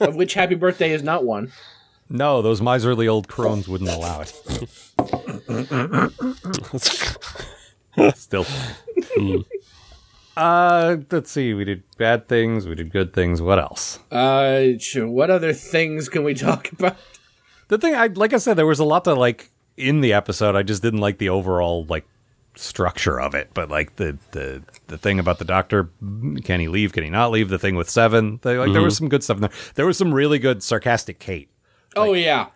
[SPEAKER 6] Of which Happy Birthday is not one.
[SPEAKER 5] No, those miserly old crones wouldn't allow <laughs> it. Still. Hmm. uh, let's see. We did bad things. We did good things. What else?
[SPEAKER 6] Uh, sure, what other things can we talk about?
[SPEAKER 5] the thing i like i said there was a lot to like in the episode i just didn't like the overall like structure of it but like the the the thing about the doctor can he leave can he not leave the thing with seven they, like there
[SPEAKER 6] Mm-hmm.
[SPEAKER 5] was some good stuff in there there was some really good sarcastic kate
[SPEAKER 6] Oh yeah.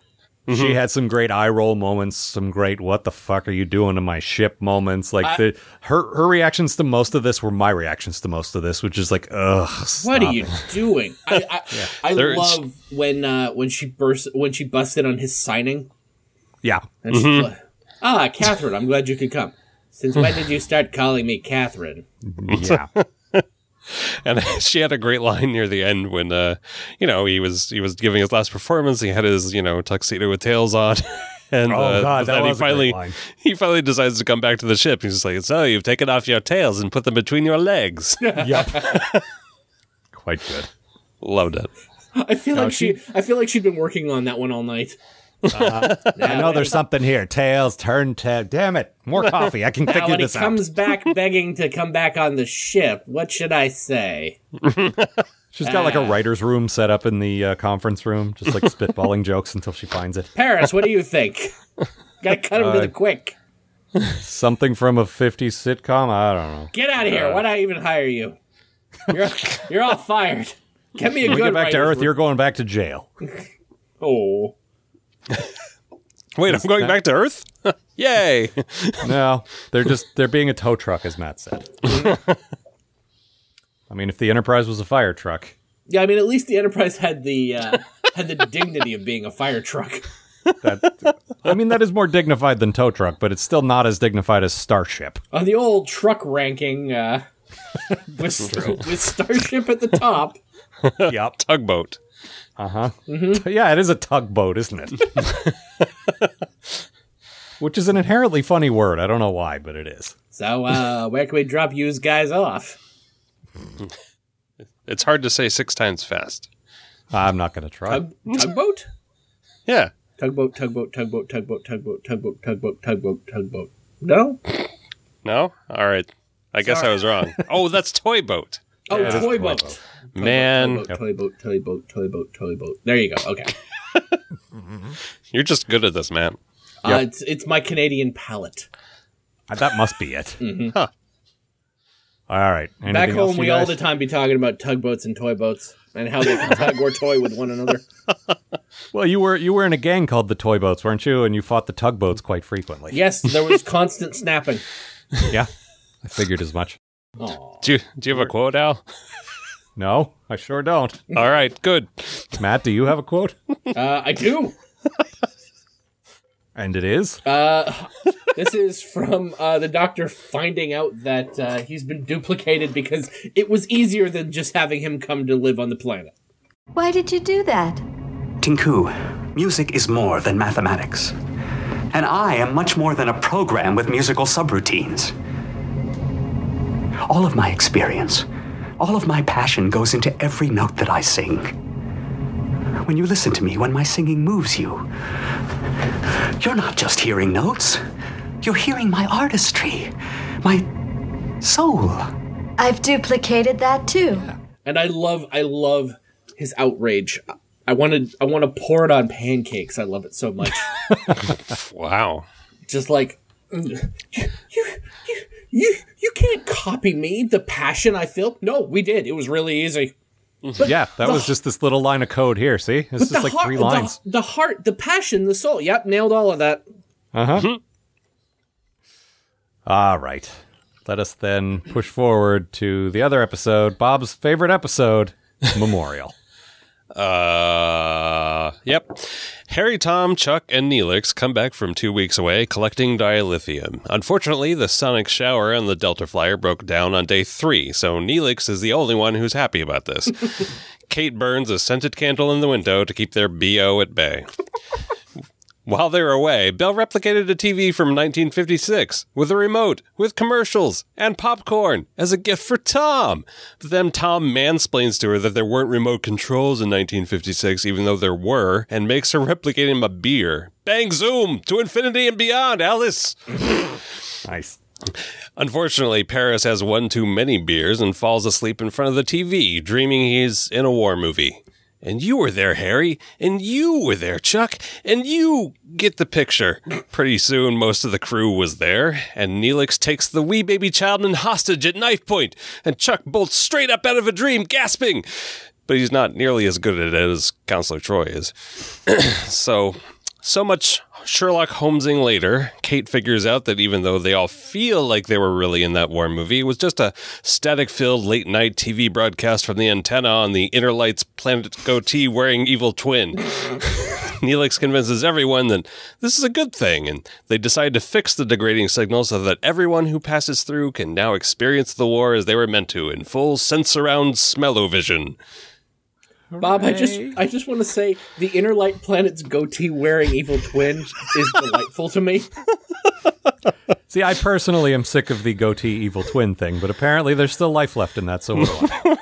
[SPEAKER 6] Mm-hmm.
[SPEAKER 5] she had some great eye roll moments some great what the fuck are you doing to my ship moments like the her her reactions to most of this were my reactions to most of this which is like ugh
[SPEAKER 6] What are
[SPEAKER 5] stop
[SPEAKER 6] you
[SPEAKER 5] <laughs>
[SPEAKER 6] doing? I I, I
[SPEAKER 7] There is-
[SPEAKER 6] love when uh, when she burst when she busted on his signing. <laughs>
[SPEAKER 5] yeah
[SPEAKER 6] And
[SPEAKER 5] Mm-hmm.
[SPEAKER 6] she's like, ah, Catherine, I'm glad you could come. Since when did you start calling me Catherine?
[SPEAKER 5] yeah
[SPEAKER 7] And <laughs> she had a great line near the end when, uh, you know, he was he was giving his last performance. He had his you know tuxedo with tails on, <laughs> and
[SPEAKER 5] Oh,
[SPEAKER 7] uh,
[SPEAKER 5] God, that
[SPEAKER 7] then he
[SPEAKER 5] was a great
[SPEAKER 7] finally
[SPEAKER 5] line.
[SPEAKER 7] he finally decides to come back to the ship. He's just like, so you've taken off your tails and put them between your legs.
[SPEAKER 5] yep <laughs> quite good
[SPEAKER 7] <laughs> Loved it.
[SPEAKER 6] I feel like she, I feel like she'd been working on that one all
[SPEAKER 5] <laughs>
[SPEAKER 6] night.
[SPEAKER 5] Uh, I know there's something here. Tails, turn tail. Damn it.
[SPEAKER 6] <laughs>
[SPEAKER 5] More coffee. I can
[SPEAKER 6] Now,
[SPEAKER 5] figure
[SPEAKER 6] when he
[SPEAKER 5] this out.
[SPEAKER 6] comes
[SPEAKER 5] <laughs>
[SPEAKER 6] back begging to come back on the ship, what should I say?
[SPEAKER 5] She's got like a writer's room set up in the uh, conference room, just like
[SPEAKER 6] <laughs>
[SPEAKER 5] spitballing jokes until she finds it.
[SPEAKER 6] Paris, what do you think? <laughs> Gotta cut him
[SPEAKER 5] Uh,
[SPEAKER 6] to the quick.
[SPEAKER 5] Something from a 50s sitcom. I don't know.
[SPEAKER 6] Get out of
[SPEAKER 5] uh,
[SPEAKER 6] here. Why'd I even hire you? You're, you're all fired. Get me a
[SPEAKER 5] When we
[SPEAKER 6] good
[SPEAKER 5] get back to
[SPEAKER 6] writer's
[SPEAKER 5] Earth, you're going back to jail.
[SPEAKER 6] <laughs> room. Oh.
[SPEAKER 7] Wait, I'm going back to Earth. <laughs> Yay! <laughs>
[SPEAKER 5] No, they're just, they're being a tow truck, as
[SPEAKER 6] <laughs>
[SPEAKER 5] Matt said. I mean, if the Enterprise was a fire truck.
[SPEAKER 6] Yeah, I mean, at <laughs> least the Enterprise had the uh, had the dignity of being a fire truck.
[SPEAKER 5] That I mean, that is more dignified than tow truck, but it's still not as dignified as Starship.
[SPEAKER 6] On the old truck ranking, <laughs> uh, with, with Starship at the top.
[SPEAKER 5] Yep.
[SPEAKER 7] Tugboat.
[SPEAKER 5] <laughs> Yeah, it is a tugboat, isn't it? <laughs> Which is an inherently funny word. I don't know why, but it is.
[SPEAKER 6] So, uh, where can we drop you guys off?
[SPEAKER 7] It's hard to say six times fast.
[SPEAKER 5] I'm not going to try.
[SPEAKER 6] Tug, tugboat?
[SPEAKER 7] Yeah.
[SPEAKER 6] Tugboat, tugboat, tugboat, tugboat, tugboat, tugboat, tugboat, tugboat, tugboat. No?
[SPEAKER 7] No? All right. I guess I
[SPEAKER 5] <laughs>
[SPEAKER 7] was wrong. Oh, that's toy boat.
[SPEAKER 6] Oh, toy boat.
[SPEAKER 7] Man,
[SPEAKER 6] Toy boat, toy boat, toy boat, toy boat, toy boat. There you go. Okay.
[SPEAKER 7] you're just good at this, man.
[SPEAKER 6] Uh, it's, it's my Canadian palate.
[SPEAKER 5] Uh, That must be it. All right. Anything
[SPEAKER 6] Mm-hmm. Back
[SPEAKER 5] else
[SPEAKER 6] home,
[SPEAKER 5] you
[SPEAKER 6] we all
[SPEAKER 5] guys-
[SPEAKER 6] the time be talking about tugboats and toy boats and how they can tug or toy with one another.
[SPEAKER 5] Well, you were you were in a gang called the Toy Boats, weren't you? And you fought the tugboats quite frequently.
[SPEAKER 6] <laughs> Yes, there was constant snapping.
[SPEAKER 5] Yeah. I figured as much.
[SPEAKER 7] Do you, do you have a quote, Al?
[SPEAKER 5] No, I sure don't.
[SPEAKER 7] All right, good.
[SPEAKER 5] Matt, do you have a quote?
[SPEAKER 6] Uh, I do.
[SPEAKER 5] And it is.
[SPEAKER 6] Uh, This is from uh, the doctor finding out that uh, he's been duplicated because it was easier than just having him come to live on the planet.
[SPEAKER 1] Why did you do that?
[SPEAKER 8] Tinku, music is more than mathematics. And I am much more than a program with musical subroutines. All of my experience, all of my passion goes into every note that I sing. When you listen to me, when my singing moves you, you're not just hearing notes, you're hearing my artistry, my soul.
[SPEAKER 1] I've duplicated that too.
[SPEAKER 6] And I love, I love his outrage. I wanted, I want to pour it on pancakes. I love it so <laughs> much.
[SPEAKER 7] Wow.
[SPEAKER 6] just like you, you, you, you can't copy me. The passion I feel. No, we did. It was really easy.
[SPEAKER 5] Yeah, that was just this little line of code here. See, it's just
[SPEAKER 6] the
[SPEAKER 5] like
[SPEAKER 6] heart,
[SPEAKER 5] three
[SPEAKER 6] the-
[SPEAKER 5] lines.
[SPEAKER 6] The, heart, the passion, the soul. Yep, nailed all of that.
[SPEAKER 5] All right. Let us then push forward to the other episode, Bob's favorite <laughs> episode, Memorial.
[SPEAKER 7] Uh, yep. Harry, Tom, Chuck, and Neelix come back from two weeks away collecting dilithium. Unfortunately, the sonic shower on the Delta Flyer broke down on day three, so Neelix is the only one who's happy about this. Kate burns a scented candle in the window to keep their BO at bay. While they were away, Bell replicated a TV from 1956 with a remote, with commercials, and popcorn as a gift for Tom. But then Tom mansplains to her that there weren't remote controls in 1956, even though there were, and makes her replicate him a beer. Bang zoom to infinity and beyond, Alice!
[SPEAKER 5] Nice.
[SPEAKER 7] Unfortunately, Paris has one too many beers and falls asleep in front of the TV, dreaming he's in a war movie. And you were there, Harry, and you were there, Chuck, and you get the picture. Pretty soon, most of the crew was there, and Neelix takes the wee baby Childman hostage at knife point, and Chuck bolts straight up out of a dream, gasping. But he's not nearly as good at it as Counselor Troy is. <clears throat> So, so much Sherlock Holmesing later, Kate figures out that even though they all feel like they were really in that war movie, it was just a static filled late night TV broadcast from the antenna on the Inner Lights Planet Goatee wearing evil twin. <laughs> Neelix convinces everyone that this is a good thing, and they decide to fix the degrading signal so that everyone who passes through can now experience the war as they were meant to in full sense around smell vision.
[SPEAKER 6] Bob, I just, I just want to say the inner light planet's goatee wearing evil twin is delightful to me.
[SPEAKER 5] See, I personally am sick of the goatee evil twin thing, but apparently there's still life left in that, so what do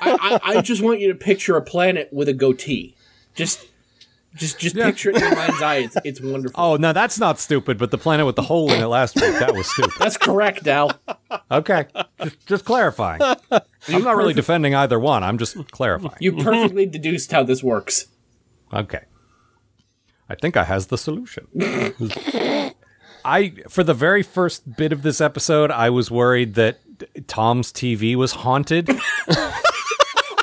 [SPEAKER 6] I,
[SPEAKER 5] I?
[SPEAKER 6] I, I just want you to picture a planet with a goatee. Just, just, just picture it in your mind's eye. It's, it's wonderful.
[SPEAKER 5] <laughs> Oh, no, that's not stupid, but the planet with the hole in it last week, that was stupid.
[SPEAKER 6] That's correct, Al.
[SPEAKER 5] Okay. Just, just <laughs> clarifying. I'm not really defending either one. I'm just clarifying.
[SPEAKER 6] You perfectly deduced how this works.
[SPEAKER 5] Okay. I think I has the solution. <laughs> I for the very first bit of this episode, I was worried that Tom's TV was haunted.
[SPEAKER 6] I,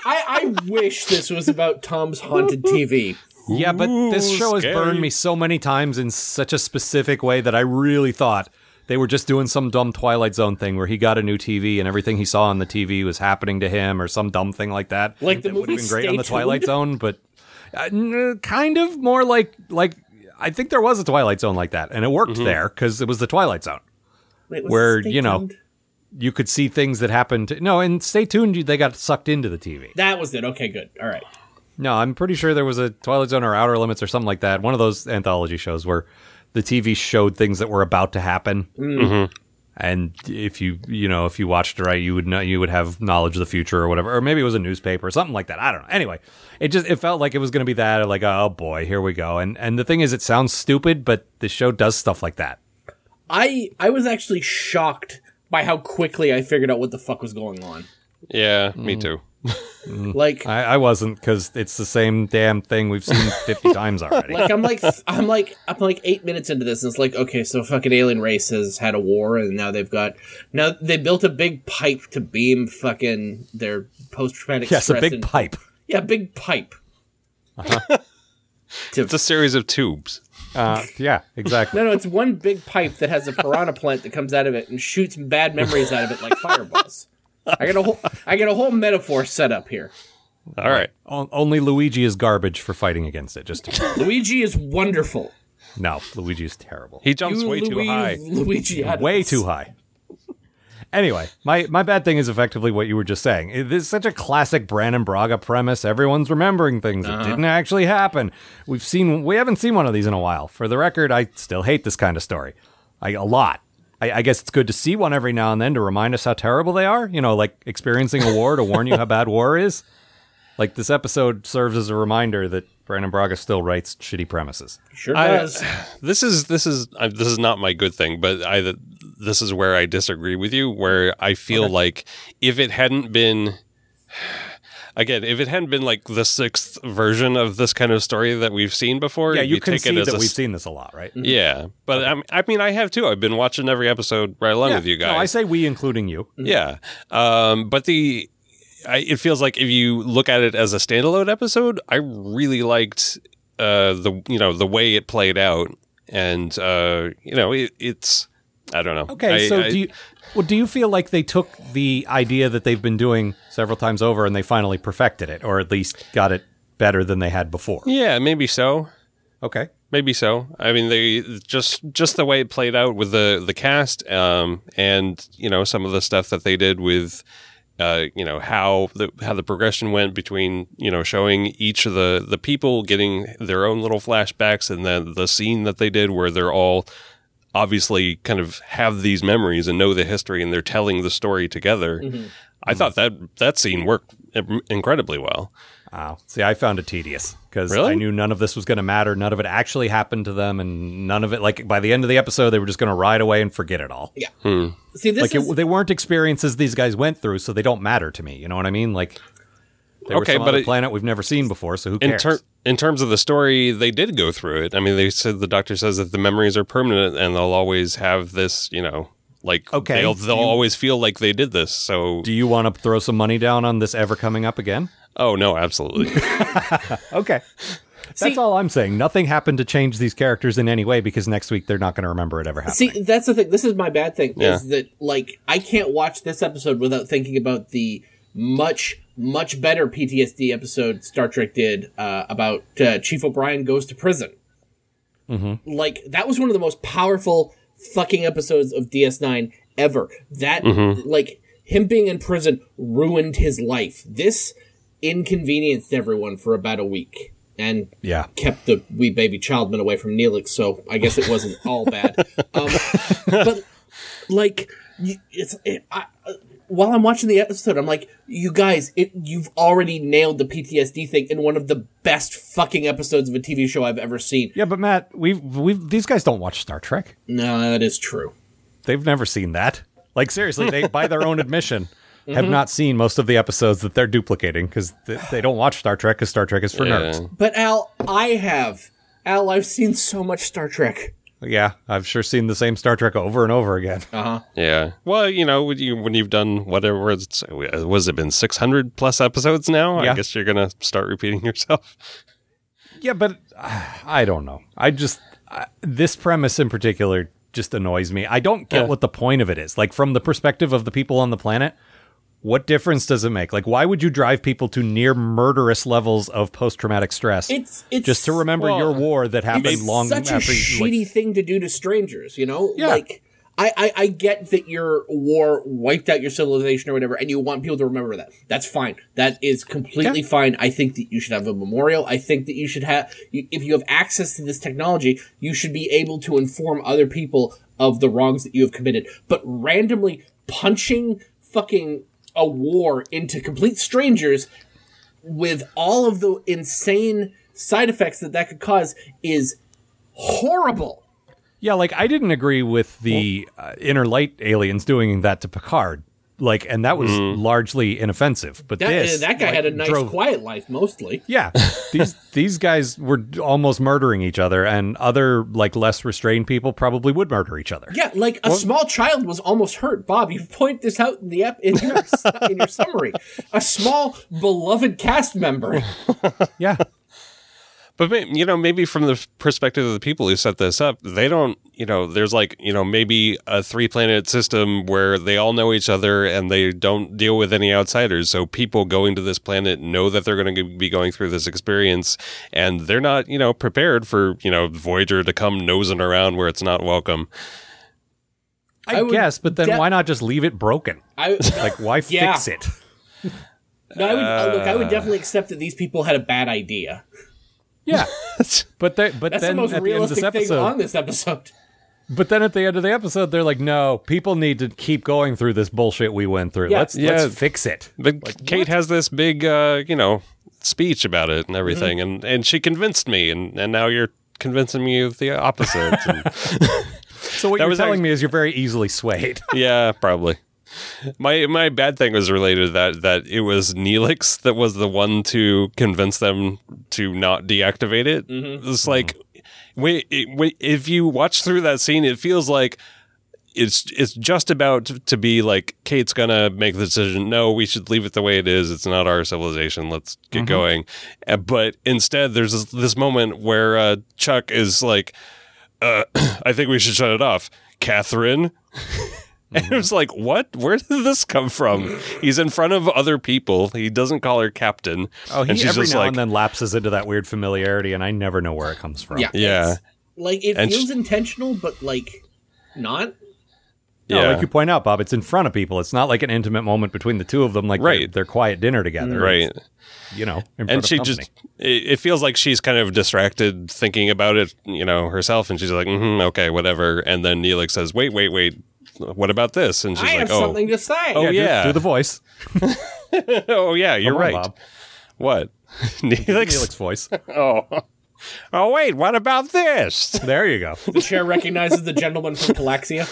[SPEAKER 6] I wish this was about Tom's haunted TV.
[SPEAKER 5] yeah, but this show has
[SPEAKER 7] scary.
[SPEAKER 5] burned me so many times in such a specific way that I really thought they were just doing some dumb Twilight Zone thing where he got a new TV and everything he saw on the TV was happening to him or some dumb thing like that.
[SPEAKER 6] Like the
[SPEAKER 5] That would've
[SPEAKER 6] movie
[SPEAKER 5] been great on
[SPEAKER 6] Stay
[SPEAKER 5] the Twilight Zone, but uh, n- kind of more like like I think there was a Twilight Zone like that, and it worked there because it was the Twilight Zone.
[SPEAKER 6] Wait, was
[SPEAKER 5] Where,
[SPEAKER 6] Stay
[SPEAKER 5] you know-
[SPEAKER 6] Tuned?
[SPEAKER 5] You could see things that happened. No, and stay tuned. you- They got sucked into the TV.
[SPEAKER 6] that was it. Okay, good. All right.
[SPEAKER 5] No, I'm pretty sure there was a Twilight Zone or Outer Limits or something like that. One of those anthology shows where the TV showed things that were about to happen. Mm-hmm. And if you you know if you watched it right, you would know you would have knowledge of the future or whatever, or maybe it was a newspaper or something like that. I don't know. Anyway, it just it felt like it was going to be that. Or like oh boy, here we go. And and the thing is, it sounds stupid, but the show does stuff like that.
[SPEAKER 6] I I was actually shocked by how quickly I figured out what the fuck was going on.
[SPEAKER 7] Yeah, me too.
[SPEAKER 6] Like
[SPEAKER 5] I, I wasn't because it's the same damn thing we've seen fifty <laughs> times already.
[SPEAKER 6] like I'm like <laughs> I'm like I'm like eight minutes into this, and it's like okay, so fucking alien race has had a war, and now they've got now they built a big pipe to beam fucking their post traumatic
[SPEAKER 5] yes, a
[SPEAKER 6] stress.
[SPEAKER 5] big
[SPEAKER 6] and-
[SPEAKER 5] pipe. Uh-huh.
[SPEAKER 6] yeah, big pipe. <laughs> to,
[SPEAKER 7] It's a series of tubes.
[SPEAKER 5] Uh, yeah, exactly.
[SPEAKER 6] no, no, it's one big pipe that has a piranha plant that comes out of it and shoots bad memories out of it like fireballs. I got a whole I got a whole metaphor set up here.
[SPEAKER 7] All right.
[SPEAKER 5] O- only Luigi is garbage for fighting against it. Just
[SPEAKER 6] Luigi is wonderful.
[SPEAKER 5] no, Luigi is terrible.
[SPEAKER 7] He jumps
[SPEAKER 6] You
[SPEAKER 7] way too
[SPEAKER 6] Luigi-
[SPEAKER 7] high.
[SPEAKER 6] Luigi had
[SPEAKER 5] Way
[SPEAKER 6] this.
[SPEAKER 5] too high. Anyway, my, my bad thing is effectively what you were just saying. It- This is such a classic Brandon Braga premise. Everyone's remembering things that
[SPEAKER 7] Uh-huh.
[SPEAKER 5] didn't actually happen. We've seen we haven't seen one of these in a while. For the record, I still hate this kind of story. I a lot. I, I guess it's good to see one every now and then to remind us how terrible they are. You know, like experiencing a war to warn you how bad war is. Like this episode serves as a reminder that Brandon Braga still writes shitty premises.
[SPEAKER 6] Sure
[SPEAKER 7] I-
[SPEAKER 6] does.
[SPEAKER 7] This is this is uh, this is not my good thing, but I this is where I disagree with you. Where I feel like if it hadn't been again, if it hadn't been like the sixth version of this kind of story that we've seen before,
[SPEAKER 5] Yeah, you,
[SPEAKER 7] take
[SPEAKER 5] can
[SPEAKER 7] it
[SPEAKER 5] see
[SPEAKER 7] as
[SPEAKER 5] that
[SPEAKER 7] a
[SPEAKER 5] we've
[SPEAKER 7] s-
[SPEAKER 5] seen Mm-hmm. this a lot, right?
[SPEAKER 7] Yeah, but I'm, I mean, I have too. I've been watching every episode right along with you guys.
[SPEAKER 5] No, I say we, including you.
[SPEAKER 7] Yeah. Um, but the I, it feels like if you look at it as a standalone episode, I really liked uh, the you know the way it played out, and uh, you know it, it's I don't know.
[SPEAKER 5] Okay,
[SPEAKER 7] I-
[SPEAKER 5] so
[SPEAKER 7] I-
[SPEAKER 5] do you well, do you feel like they took the idea that they've been doing several times over and they finally perfected it, or at least got it better than they had before?
[SPEAKER 7] yeah, maybe so.
[SPEAKER 5] Okay,
[SPEAKER 7] Maybe so. I mean, they just just the way it played out with the the cast, um, and you know some of the stuff that they did with, uh, you know how the how the progression went between you know showing each of the the people getting their own little flashbacks, and then the scene that they did where they're all obviously kind of have these memories and know the history, and they're telling the story together. I thought that that scene worked um, incredibly well.
[SPEAKER 5] wow. See, I found it tedious because
[SPEAKER 7] Really?
[SPEAKER 5] I knew none of this was going to matter. None of it actually happened to them, and none of it like by the end of the episode they were just going to ride away and forget it all. Yeah,
[SPEAKER 6] See, this
[SPEAKER 5] like
[SPEAKER 6] is
[SPEAKER 5] it, they weren't experiences these guys went through, so they don't matter to me. You know what I mean? Like. They were
[SPEAKER 7] Okay,
[SPEAKER 5] some
[SPEAKER 7] but
[SPEAKER 5] other
[SPEAKER 7] it-
[SPEAKER 5] planet we've never seen before, so who
[SPEAKER 7] in
[SPEAKER 5] cares?
[SPEAKER 7] ter- in terms of the story, they did go through it. I mean, they said the doctor says that the memories are permanent and they'll always have this, you know, like
[SPEAKER 5] Okay,
[SPEAKER 7] they'll,
[SPEAKER 5] do
[SPEAKER 7] they'll
[SPEAKER 5] you-
[SPEAKER 7] always feel like they did this. So,
[SPEAKER 5] Do you want to throw some money down on this ever coming up again?
[SPEAKER 7] oh
[SPEAKER 5] <laughs>
[SPEAKER 7] no, absolutely.
[SPEAKER 5] Okay. That's all I'm saying. Nothing happened to change these characters in any way because next week they're not going to remember it ever happened.
[SPEAKER 6] See, that's the thing. This is my bad thing
[SPEAKER 7] Yeah.
[SPEAKER 6] is that like I can't watch this episode without thinking about the much much better PTSD episode Star Trek did uh, about uh, Chief O'Brien goes to prison. Like that was one of the most powerful fucking episodes of DS9 ever. That like him being in prison ruined his life. This inconvenienced everyone for about a week. And
[SPEAKER 5] Yeah.
[SPEAKER 6] kept the wee baby childman away from Neelix, so I guess it wasn't all bad. Um, but like, you- it's it, I, uh, while I'm watching the episode, I'm like, you guys, it you've already nailed the PTSD thing in one of the best fucking episodes of a TV show I've ever seen.
[SPEAKER 5] yeah, but Matt, we've we've these guys don't watch Star Trek.
[SPEAKER 6] No, that is true.
[SPEAKER 5] They've never seen that. Like seriously, they by their own admission have not seen most of the episodes that they're duplicating because th- they don't watch Star Trek because Star Trek is for nerds.
[SPEAKER 6] But Al, I have Al, I've seen so much Star Trek.
[SPEAKER 5] Yeah, I've sure seen the same Star Trek over and over again.
[SPEAKER 7] yeah. Well, you know, when, you, when you've done whatever, it's, uh, was it been 600 plus episodes now?
[SPEAKER 5] Yeah.
[SPEAKER 7] I guess you're going to start repeating yourself.
[SPEAKER 5] Yeah, but uh, I don't know. I just I, this premise in particular just annoys me. I don't get what the point of it is. Like from the perspective of the people on the planet, what difference does it make? Like, why would you drive people to near murderous levels of post traumatic stress
[SPEAKER 6] It's- it's-
[SPEAKER 5] just to remember
[SPEAKER 7] well,
[SPEAKER 5] your war that happened
[SPEAKER 6] it's
[SPEAKER 5] long
[SPEAKER 6] such
[SPEAKER 5] after?
[SPEAKER 6] a
[SPEAKER 5] you- like-
[SPEAKER 6] shitty thing to do to strangers, you know?
[SPEAKER 5] Yeah.
[SPEAKER 6] Like I, I, I get that your war wiped out your civilization or whatever, and you want people to remember that. That's fine. That is completely fine. I think that you should have a memorial. I think that you should have, you- if you have access to this technology, you should be able to inform other people of the wrongs that you have committed. But randomly punching fucking a war into complete strangers with all of the insane side effects that that could cause is horrible.
[SPEAKER 5] Yeah, like I didn't agree with the uh, inner light aliens doing that to Picard. Like, and that was largely inoffensive. But
[SPEAKER 6] Mm. That, uh,
[SPEAKER 5] this,
[SPEAKER 6] that guy
[SPEAKER 5] like,
[SPEAKER 6] had a nice,
[SPEAKER 5] drove-
[SPEAKER 6] quiet life mostly.
[SPEAKER 5] Yeah, <laughs> these these guys were d- almost murdering each other, and other like less restrained people probably would murder each other.
[SPEAKER 6] Yeah, like a small child was almost hurt. Bob, you point this out in the ep- in, your, <laughs> in your summary. A small beloved cast member.
[SPEAKER 5] Yeah,
[SPEAKER 7] But may- you know, maybe from the perspective of the people who set this up, they don't. You know, there's like you know maybe a three planet system where they all know each other and they don't deal with any outsiders. So people going to this planet know that they're going to be going through this experience, and they're not you know prepared for you know Voyager to come nosing around where it's not welcome.
[SPEAKER 5] I,
[SPEAKER 6] I would
[SPEAKER 5] guess. But then
[SPEAKER 6] de-
[SPEAKER 5] why not just leave it broken?
[SPEAKER 6] I
[SPEAKER 5] Like, why
[SPEAKER 6] Yeah.
[SPEAKER 5] fix it?
[SPEAKER 6] no, I would uh, look. I would definitely accept that these people had a bad idea.
[SPEAKER 5] <laughs> Yeah, but they, but
[SPEAKER 6] That's
[SPEAKER 5] then
[SPEAKER 6] the most
[SPEAKER 5] at the end of
[SPEAKER 6] realistic
[SPEAKER 5] this
[SPEAKER 6] thing
[SPEAKER 5] episode,
[SPEAKER 6] on this episode.
[SPEAKER 5] But then at the end of the episode, they're like, "No, people need to keep going through this bullshit we went through.
[SPEAKER 6] Yeah.
[SPEAKER 5] let's
[SPEAKER 7] Yeah.
[SPEAKER 5] let's fix it."
[SPEAKER 7] But Kate has this big uh, you know speech about it and everything, and and she convinced me, and and now you're convincing me of the opposite. And-
[SPEAKER 5] So what
[SPEAKER 7] That
[SPEAKER 5] you're
[SPEAKER 7] was
[SPEAKER 5] telling
[SPEAKER 7] act-
[SPEAKER 5] me is you're very easily swayed.
[SPEAKER 7] yeah, probably. My my bad thing was related to that that it was Neelix that was the one to convince them to not deactivate it. It's like we, it, we, if you watch through that scene, it feels like it's it's just about to, to be like Kate's gonna make the decision. No, we should leave it the way it is. It's not our civilization. Let's
[SPEAKER 5] Mm-hmm.
[SPEAKER 7] get going. Uh, But instead, there's this, this moment where uh, Chuck is like, uh, <clears throat> "I think we should shut it off." Catherine, <laughs> and it was like, what? Where did this come from? He's in front of other people. He doesn't call her captain.
[SPEAKER 5] Oh, he
[SPEAKER 7] and she's
[SPEAKER 5] every
[SPEAKER 7] just
[SPEAKER 5] now
[SPEAKER 7] like,
[SPEAKER 5] and then lapses into that weird familiarity, and I never know where it comes from.
[SPEAKER 6] Yeah,
[SPEAKER 7] Yeah.
[SPEAKER 6] it's- Like it
[SPEAKER 7] And sh-
[SPEAKER 6] feels intentional, but like not.
[SPEAKER 5] No,
[SPEAKER 7] yeah,
[SPEAKER 5] "Oh, like you point out, Bob, it's in front of people. It's not like an intimate moment between the two of them, like their-
[SPEAKER 7] Right. Mm,
[SPEAKER 5] their, quiet dinner together,
[SPEAKER 7] right.
[SPEAKER 5] You know, in front
[SPEAKER 7] And
[SPEAKER 5] of
[SPEAKER 7] she
[SPEAKER 5] company.
[SPEAKER 7] just, it, it feels like she's kind of distracted thinking about it, you know, herself. And she's like, mm okay, whatever. And then Neelix says, wait, wait, wait. What about this? And she's
[SPEAKER 6] I
[SPEAKER 7] like,
[SPEAKER 6] have
[SPEAKER 7] oh,
[SPEAKER 6] something to say.
[SPEAKER 7] oh,
[SPEAKER 5] do,
[SPEAKER 7] yeah.
[SPEAKER 5] do the voice.
[SPEAKER 7] oh, yeah, you're
[SPEAKER 5] Come on,
[SPEAKER 7] right.
[SPEAKER 5] Bob.
[SPEAKER 7] What? <laughs> Neelix?
[SPEAKER 5] Felix voice.
[SPEAKER 7] Oh, wait, what about
[SPEAKER 5] <laughs>
[SPEAKER 7] this? <laughs>
[SPEAKER 5] There you go.
[SPEAKER 6] The chair recognizes the gentleman from Palaxia.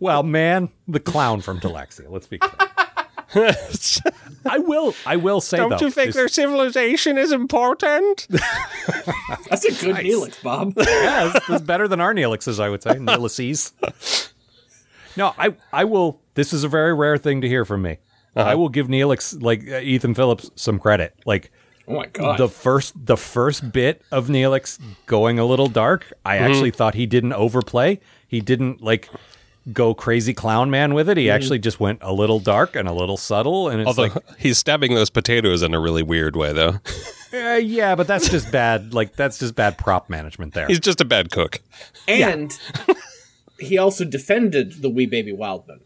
[SPEAKER 5] Well, man, the clown from Delaxia. Let's be clear.
[SPEAKER 7] <laughs>
[SPEAKER 5] I will. I will say
[SPEAKER 7] Don't
[SPEAKER 5] though,
[SPEAKER 7] you think
[SPEAKER 5] is-
[SPEAKER 7] their <laughs> civilization
[SPEAKER 5] <laughs>
[SPEAKER 7] is important?
[SPEAKER 6] That's a good Neelix, Bob. Oh
[SPEAKER 5] yeah, this, this is better than our Neelixes, I would say. Neelices. No, I I will. This is a very rare thing to hear from me.
[SPEAKER 7] Uh-huh.
[SPEAKER 5] I will give Neelix like uh, Ethan Phillips some credit. Like
[SPEAKER 6] Oh my god.
[SPEAKER 5] the first the first bit of Neelix going a little dark, I
[SPEAKER 6] Mm-hmm.
[SPEAKER 5] actually thought he didn't overplay. He didn't like go crazy clown man with it.
[SPEAKER 6] Mm-hmm.
[SPEAKER 5] He actually just went a little dark and a little subtle. And it's
[SPEAKER 6] <laughs>
[SPEAKER 7] Although
[SPEAKER 5] like,
[SPEAKER 7] he's stabbing those potatoes in a really weird way, though.
[SPEAKER 5] uh, yeah, but that's just bad. Like that's just bad prop management there.
[SPEAKER 7] He's just a bad cook.
[SPEAKER 6] And he also defended the wee baby Wildman,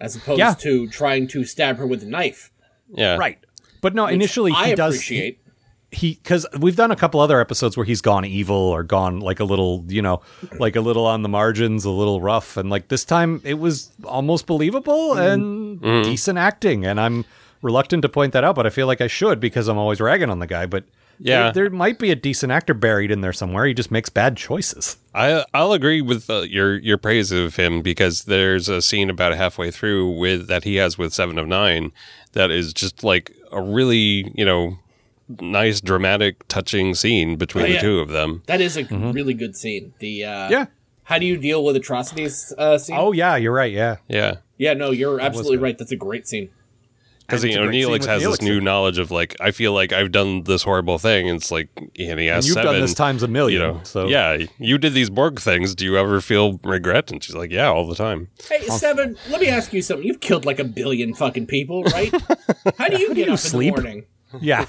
[SPEAKER 6] as opposed
[SPEAKER 5] Yeah.
[SPEAKER 6] to trying to stab her with a knife.
[SPEAKER 7] Yeah.
[SPEAKER 5] right. But no, initially
[SPEAKER 6] I
[SPEAKER 5] he does. he-
[SPEAKER 6] appreciate.
[SPEAKER 5] he because we've done a couple other episodes where he's gone evil or gone like a little you know like a little on the margins a little rough and like this time it was almost believable
[SPEAKER 7] Mm-hmm.
[SPEAKER 5] and decent acting and i'm reluctant to point that out but i feel like i should because i'm always ragging on the guy but
[SPEAKER 7] Yeah.
[SPEAKER 5] there, there might be a decent actor buried in there somewhere he just makes bad choices
[SPEAKER 7] I I'll agree with uh, your your praise of him because there's a scene about halfway through with that he has with Seven of Nine that is just like a really you know nice dramatic touching scene between
[SPEAKER 6] Oh,
[SPEAKER 7] the
[SPEAKER 6] yeah.
[SPEAKER 7] two of them.
[SPEAKER 6] That is a really good scene. The uh,
[SPEAKER 5] Mm-hmm. Yeah.
[SPEAKER 6] How do you deal with atrocities? Uh, scene.
[SPEAKER 5] oh yeah you're right yeah
[SPEAKER 7] Yeah.
[SPEAKER 6] yeah. No, you're absolutely right. That's a great scene.
[SPEAKER 7] Because
[SPEAKER 5] And it's
[SPEAKER 7] you
[SPEAKER 5] a
[SPEAKER 7] know
[SPEAKER 5] great
[SPEAKER 7] Neelix
[SPEAKER 5] scene with
[SPEAKER 7] has this
[SPEAKER 5] Neelix
[SPEAKER 7] new
[SPEAKER 5] in it.
[SPEAKER 7] knowledge of like I feel like I've done this horrible thing. And it's like and he asks
[SPEAKER 5] you've done
[SPEAKER 7] Seven,
[SPEAKER 5] this times a million,
[SPEAKER 7] You know,
[SPEAKER 5] so-
[SPEAKER 7] yeah, you did these Borg things. Do you ever feel regret? And she's like, yeah, all the time.
[SPEAKER 6] Hey, Seven, let me ask you something. You've killed like a billion fucking people,
[SPEAKER 5] <laughs>
[SPEAKER 6] right? How do you get
[SPEAKER 5] you
[SPEAKER 6] up
[SPEAKER 5] sleep?
[SPEAKER 6] in the morning?
[SPEAKER 5] Yeah.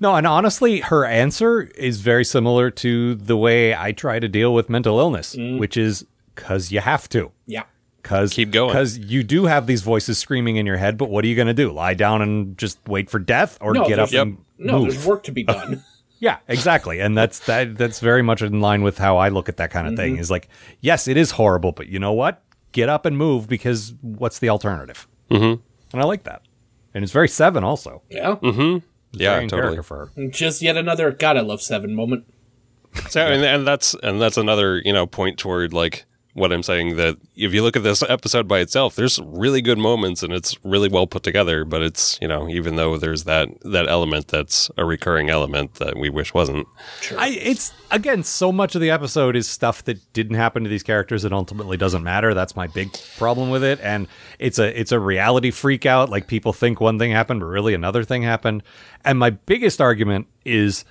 [SPEAKER 5] No, and honestly, her answer is very similar to the way I try to deal with mental illness,
[SPEAKER 6] Mm.
[SPEAKER 5] which is because you have to.
[SPEAKER 6] Yeah.
[SPEAKER 5] Cause,
[SPEAKER 7] Keep going.
[SPEAKER 5] Because you do have these voices screaming in your head, but what are you going to do? Lie down and just wait for death or
[SPEAKER 6] No,
[SPEAKER 5] get up
[SPEAKER 6] there's-
[SPEAKER 5] and
[SPEAKER 6] No,
[SPEAKER 5] move?
[SPEAKER 6] there's work to be done.
[SPEAKER 5] <laughs> Yeah, exactly. And that's that that's very much in line with how I look at that kind of
[SPEAKER 6] Mm-hmm.
[SPEAKER 5] thing. Is like, yes, it is horrible, but you know what? Get up and move because what's the alternative? Mm-hmm. And I like that. And it's very seven also.
[SPEAKER 6] yeah.
[SPEAKER 7] Yeah,
[SPEAKER 5] Very in
[SPEAKER 7] totally.
[SPEAKER 5] character for her.
[SPEAKER 6] Just yet another God I love Seven moment.
[SPEAKER 7] So and, and that's and that's another you know point toward like what I'm saying that if you look at this episode by itself, there's really good moments and it's really well put together. But it's you know even though there's that that element that's a recurring element that we wish wasn't.
[SPEAKER 5] I, it's again so much of the episode is stuff that didn't happen to these characters. It ultimately doesn't matter. That's my big problem with it, and it's a it's a reality freak out. Like people think one thing happened, but really another thing happened. And my biggest argument is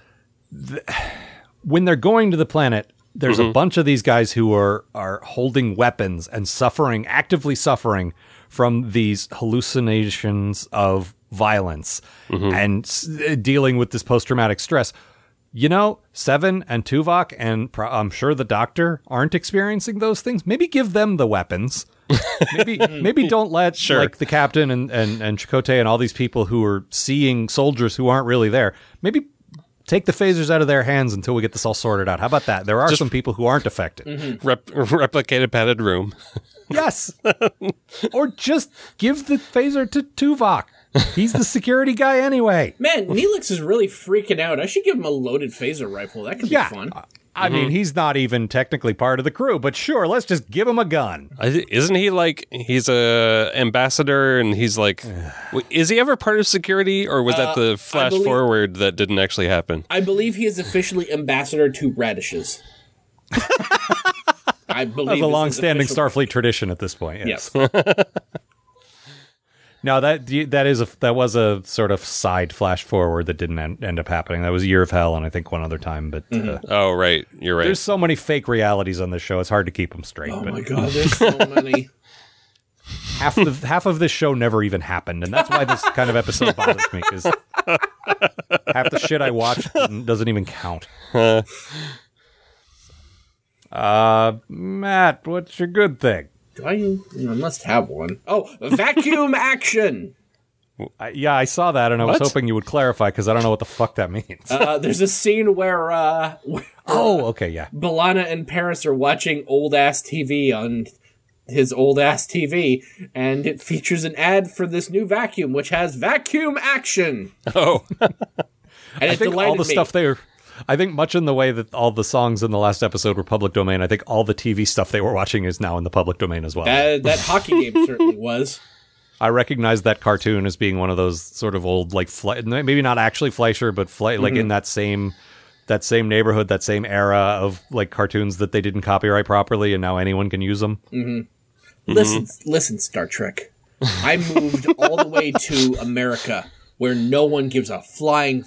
[SPEAKER 5] when they're going to the planet, there's a bunch of these guys who are are holding weapons and suffering, actively suffering from these hallucinations of violence and s- uh, dealing with this post traumatic stress. You know, Seven and Tuvok, and pro- I'm sure the Doctor aren't experiencing those things. Maybe give them the weapons. maybe maybe don't let like the captain and, and and Chakotay and all these people who are seeing soldiers who aren't really there. Maybe take the phasers out of their hands until we get this all sorted out. How about that? There are some people who aren't affected.
[SPEAKER 6] Mm-hmm.
[SPEAKER 7] Rep- <laughs> replicated padded room.
[SPEAKER 5] Yes. or just give the phaser to Tuvok. He's the security guy anyway.
[SPEAKER 6] Man, Neelix is really freaking out. I should give him a loaded phaser rifle. That could
[SPEAKER 5] Yeah.
[SPEAKER 6] be fun.
[SPEAKER 5] I
[SPEAKER 6] Mm-hmm.
[SPEAKER 5] mean, he's not even technically part of the crew, but sure, let's just give him a gun.
[SPEAKER 7] I thi- Isn't he like he's a ambassador and he's like, w- is he ever part of security or was that the flash
[SPEAKER 6] believe-
[SPEAKER 7] forward that didn't actually happen?
[SPEAKER 6] I believe he is officially ambassador to radishes. I believe
[SPEAKER 5] That's
[SPEAKER 6] is
[SPEAKER 5] a
[SPEAKER 6] his
[SPEAKER 5] long-standing
[SPEAKER 6] official-
[SPEAKER 5] Starfleet tradition at this point.
[SPEAKER 6] Yes.
[SPEAKER 5] <laughs> Now that that is a that was a sort of side flash forward that didn't end, end up happening. That was Year of Hell, and I think one other time. But
[SPEAKER 6] Mm-hmm.
[SPEAKER 5] uh,
[SPEAKER 7] Oh right, you're right.
[SPEAKER 5] there's so many fake realities on this show; it's hard to keep them straight.
[SPEAKER 6] oh
[SPEAKER 5] but
[SPEAKER 6] my god, there's so many. <laughs>
[SPEAKER 5] half the half of this show never even happened, and that's why this kind of episode bothers me because half the shit I watch doesn't doesn't
[SPEAKER 6] <laughs>
[SPEAKER 5] even count. uh, Matt, what's your good thing?
[SPEAKER 6] Do I, you know, I must have one. Oh,
[SPEAKER 5] <laughs>
[SPEAKER 6] vacuum action.
[SPEAKER 5] I, yeah, I saw that, and I
[SPEAKER 7] What?
[SPEAKER 5] was hoping you would clarify because I don't know what the fuck that means.
[SPEAKER 6] Uh, there's a scene where, uh, where
[SPEAKER 5] oh, okay, yeah.
[SPEAKER 6] Balana and Paris are watching old ass TV on his old ass TV, and it features an ad for this new vacuum, which has vacuum action.
[SPEAKER 7] <laughs> oh,
[SPEAKER 6] And
[SPEAKER 5] I
[SPEAKER 6] it
[SPEAKER 5] think all
[SPEAKER 6] delighted
[SPEAKER 5] the
[SPEAKER 6] me.
[SPEAKER 5] stuff they were. I think much in the way that all the songs in the last episode were public domain, I think all the TV stuff they were watching is now in the public domain as well.
[SPEAKER 6] Uh, that hockey game certainly was.
[SPEAKER 5] I recognize that cartoon as being one of those sort of old, like Fle- maybe not actually Fleischer, but Fle- like in that same that same neighborhood, that same era of like cartoons that they didn't copyright properly, and now anyone can use them.
[SPEAKER 6] Listen, listen, Star Trek. I moved all the way to America, where no one gives a flying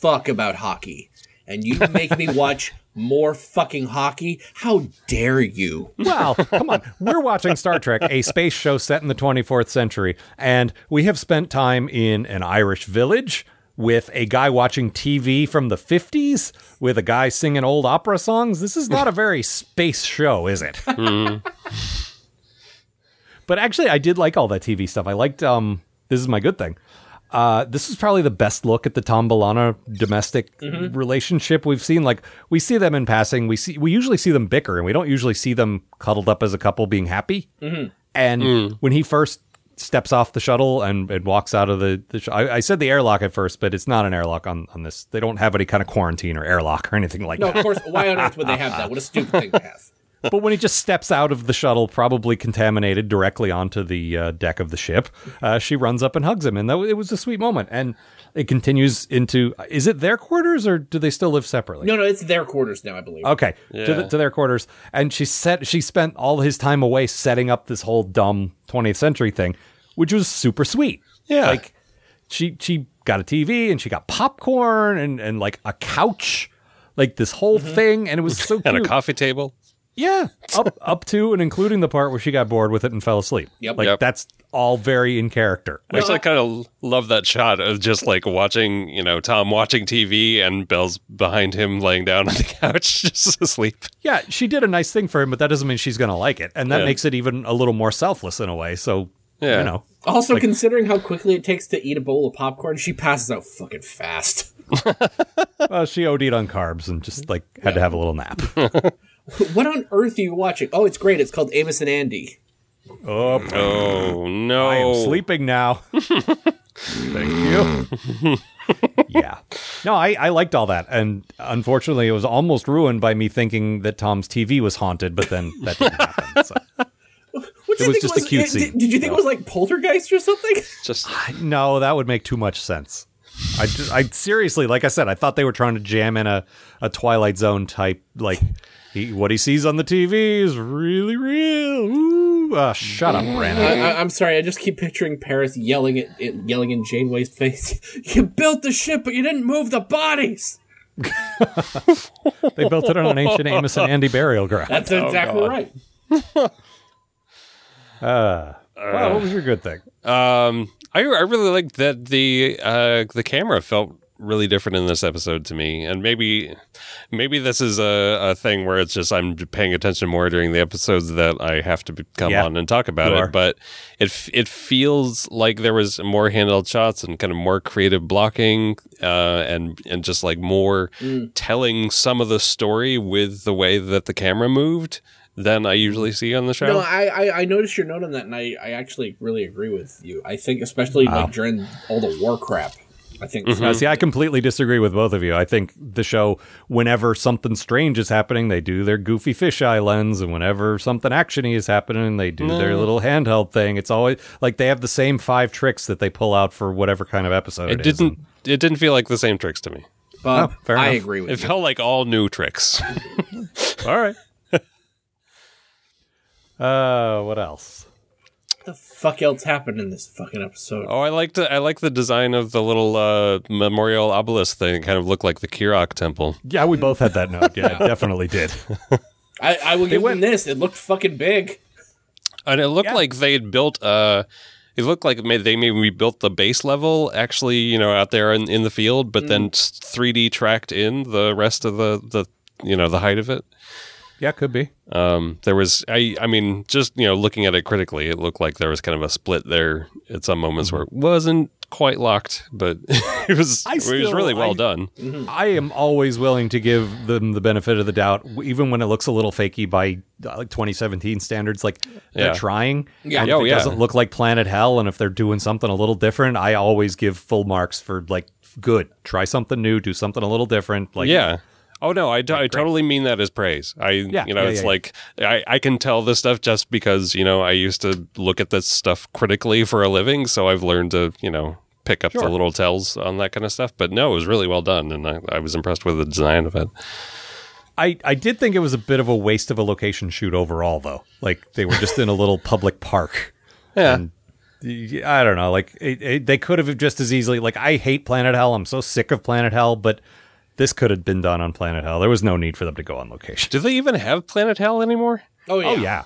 [SPEAKER 6] fuck about hockey, and you make me watch more fucking hockey. How dare you?
[SPEAKER 5] Well, come on. We're watching Star Trek, a space show set in the 24th century, and we have spent time in an Irish village with a guy watching TV from the 50s, with a guy singing old opera songs. This is not a very space show, is it? but actually, I did like all that TV stuff. I liked, um, this is my good thing. Uh, this is probably the best look at the Tom Bellana domestic relationship we've seen. Like we see them in passing. We see we usually see them bicker, and we don't usually see them cuddled up as a couple being happy. And when he first steps off the shuttle and, and walks out of the, the sh- I, I said the airlock at first, but it's not an airlock on on this. They don't have any kind of quarantine or airlock or anything like
[SPEAKER 6] No,
[SPEAKER 5] that
[SPEAKER 6] of course. Why on earth would they have that? What a stupid thing to have.
[SPEAKER 5] but when he just steps out of the shuttle, probably contaminated directly onto the uh, deck of the ship, uh, she runs up and hugs him, and that, it was a sweet moment. And it continues into is it their quarters or do they still live separately?
[SPEAKER 6] No, no, it's their quarters now. I believe.
[SPEAKER 5] Okay, to, the, to their quarters, and she set she spent all his time away setting up this whole dumb 20th century thing, which was super sweet.
[SPEAKER 7] Yeah.
[SPEAKER 5] Like she she got a TV and she got popcorn and and like a couch, like this whole thing, and it was so cute.
[SPEAKER 7] <laughs> and a coffee table.
[SPEAKER 5] Yeah, <laughs> up up to and including the part where she got bored with it and fell asleep.
[SPEAKER 6] Yep.
[SPEAKER 5] like
[SPEAKER 7] Yep.
[SPEAKER 5] that's all very in character.
[SPEAKER 7] I actually kind of love that shot of just like watching, you know, Tom watching TV and Bell's behind him laying down on the <laughs> couch just asleep.
[SPEAKER 5] Yeah, she did a nice thing for him, but that doesn't mean she's going to like it, and that
[SPEAKER 7] Yeah.
[SPEAKER 5] makes it even a little more selfless in a way. So
[SPEAKER 7] Yeah.
[SPEAKER 5] you know,
[SPEAKER 6] Also, considering how quickly it takes to eat a bowl of popcorn, she passes out fucking fast.
[SPEAKER 5] well, uh, she OD'd on carbs and just like had to have a little nap.
[SPEAKER 6] what on earth are you watching? Oh, it's great. It's called Amos and Andy.
[SPEAKER 5] oh,
[SPEAKER 7] Oh no.
[SPEAKER 5] I am sleeping
[SPEAKER 7] <laughs>
[SPEAKER 5] now. Thank you. yeah. No, I, I liked all that. And unfortunately, it was almost ruined by me thinking that Tom's TV was haunted, but then that didn't happen. So.
[SPEAKER 6] What do you
[SPEAKER 5] It was
[SPEAKER 6] think
[SPEAKER 5] just a
[SPEAKER 6] it-
[SPEAKER 5] cutesy.
[SPEAKER 6] Did, did you think it was like Poltergeist or something?
[SPEAKER 7] Just
[SPEAKER 5] No, that would make too much sense. I, just, I seriously, like I said, I thought they were trying to jam in a, a Twilight Zone type, like he, what he sees on the TV is really real. Ooh, ah, shut up,
[SPEAKER 6] <laughs>
[SPEAKER 5] Brandon.
[SPEAKER 6] I, I, I'm sorry. I just keep picturing Paris yelling at, at yelling in Janeway's face. <laughs> you built the ship, but you didn't move the bodies.
[SPEAKER 5] They built it on an ancient Amos and Andy burial ground.
[SPEAKER 6] That's exactly right.
[SPEAKER 5] Ah. Wow, what was your good thing?
[SPEAKER 7] Um, I, I really liked that the uh, the camera felt really different in this episode to me, and maybe maybe this is a, a thing where it's just I'm paying attention more during the episodes that I have to be- come
[SPEAKER 5] Yeah,
[SPEAKER 7] on and talk about
[SPEAKER 5] you
[SPEAKER 7] it.
[SPEAKER 5] are.
[SPEAKER 7] But it f- it feels like there was more handheld shots and kind of more creative blocking, uh, and and just like more
[SPEAKER 5] Mm.
[SPEAKER 7] telling some of the story with the way that the camera moved than I
[SPEAKER 5] Mm.
[SPEAKER 7] usually see on the show.
[SPEAKER 6] No, I, I I noticed your note on that, and I, I actually really agree with you. I think especially
[SPEAKER 5] Ah.
[SPEAKER 6] like during all the war crap. I think
[SPEAKER 5] Uh, see, I completely disagree with both of you. I think the show, whenever something strange is happening, they do their goofy fisheye lens, and whenever something actiony is happening, they do their little handheld thing. It's always like they have the same five tricks that they pull out for whatever kind of episode
[SPEAKER 7] it
[SPEAKER 5] it is.
[SPEAKER 7] didn't. It didn't feel like the same tricks to me.
[SPEAKER 6] Bob,
[SPEAKER 5] Oh, fair
[SPEAKER 6] I
[SPEAKER 5] enough.
[SPEAKER 6] agree with
[SPEAKER 7] It
[SPEAKER 6] you.
[SPEAKER 7] felt like all new tricks.
[SPEAKER 5] All right. <laughs> uh, what else?
[SPEAKER 6] What the fuck else happened in this fucking episode?
[SPEAKER 7] oh, I liked I like the design of the little uh, memorial obelisk thing. It kind of looked like the Kirok temple.
[SPEAKER 5] Yeah, we both had that note. <laughs> Yeah, definitely did.
[SPEAKER 6] I, I will give
[SPEAKER 5] went-
[SPEAKER 6] them this. It looked fucking big.
[SPEAKER 7] And it looked like they'd built uh it looked like may- they maybe rebuilt the base level actually, you know, out there in, in the field, but
[SPEAKER 6] Mm.
[SPEAKER 7] then s- 3D tracked in the rest of the the you know, the height of it.
[SPEAKER 5] Yeah, could be.
[SPEAKER 7] Um, there was I I mean, just, you know, looking at it critically, it looked like there was kind of a split there at some moments where it wasn't quite locked, but <laughs> it was
[SPEAKER 5] I
[SPEAKER 7] it was
[SPEAKER 5] still-
[SPEAKER 7] really well
[SPEAKER 5] I-
[SPEAKER 7] done.
[SPEAKER 5] I am always willing to give them the benefit of the doubt, w- even when it looks a little fakey by uh, like 2017 standards. Like
[SPEAKER 7] Yeah.
[SPEAKER 5] they're trying.
[SPEAKER 6] Yeah.
[SPEAKER 5] and
[SPEAKER 7] Oh,
[SPEAKER 5] if it
[SPEAKER 7] yeah.
[SPEAKER 5] doesn't look like Planet Hell, and if they're doing something a little different, I always give full marks for like good. Try something new, do something a little different. Like
[SPEAKER 7] yeah. Oh no, I, t- I totally mean that as praise. I
[SPEAKER 5] Yeah,
[SPEAKER 7] you know
[SPEAKER 5] yeah,
[SPEAKER 7] it's
[SPEAKER 5] yeah, yeah.
[SPEAKER 7] like I, I can tell this stuff just because you know I used to look at this stuff critically for a living, so I've learned to you know pick up the little tells on that kind of stuff. But no, it was really well done, and I, I was impressed with the design of it.
[SPEAKER 5] I, I did think it was a bit of a waste of a location shoot overall, though. Like they were just in a little public park.
[SPEAKER 7] Yeah.
[SPEAKER 5] And y- I don't know. Like it, it, they could have just as easily. Like I hate Planet Hell. I'm so sick of Planet Hell, but this could have been done on Planet Hell. There was no need for them to go on location.
[SPEAKER 7] Do they even have Planet Hell anymore?
[SPEAKER 6] Oh yeah.
[SPEAKER 5] Oh yeah,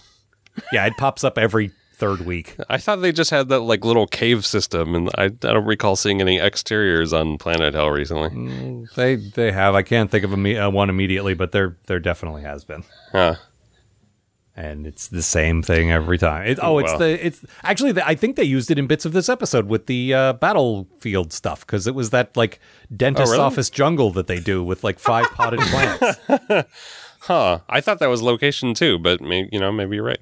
[SPEAKER 5] yeah. It pops up every third week.
[SPEAKER 7] I thought they just had that like little cave system, and I, I don't recall seeing any exteriors on Planet Hell
[SPEAKER 5] <laughs>
[SPEAKER 7] recently.
[SPEAKER 5] Mm. They they have. I can't think of a me- uh, one immediately, but there there definitely has been.
[SPEAKER 7] Huh.
[SPEAKER 5] and it's the same thing every time. It, oh, it's
[SPEAKER 7] Well.
[SPEAKER 5] the it's actually the, I think they used it in bits of this episode with the uh, battlefield stuff because it was that like dentist
[SPEAKER 7] really?
[SPEAKER 5] office jungle that they do with like five <laughs> potted plants.
[SPEAKER 7] Huh. I thought that was location too, but maybe you know maybe you're right.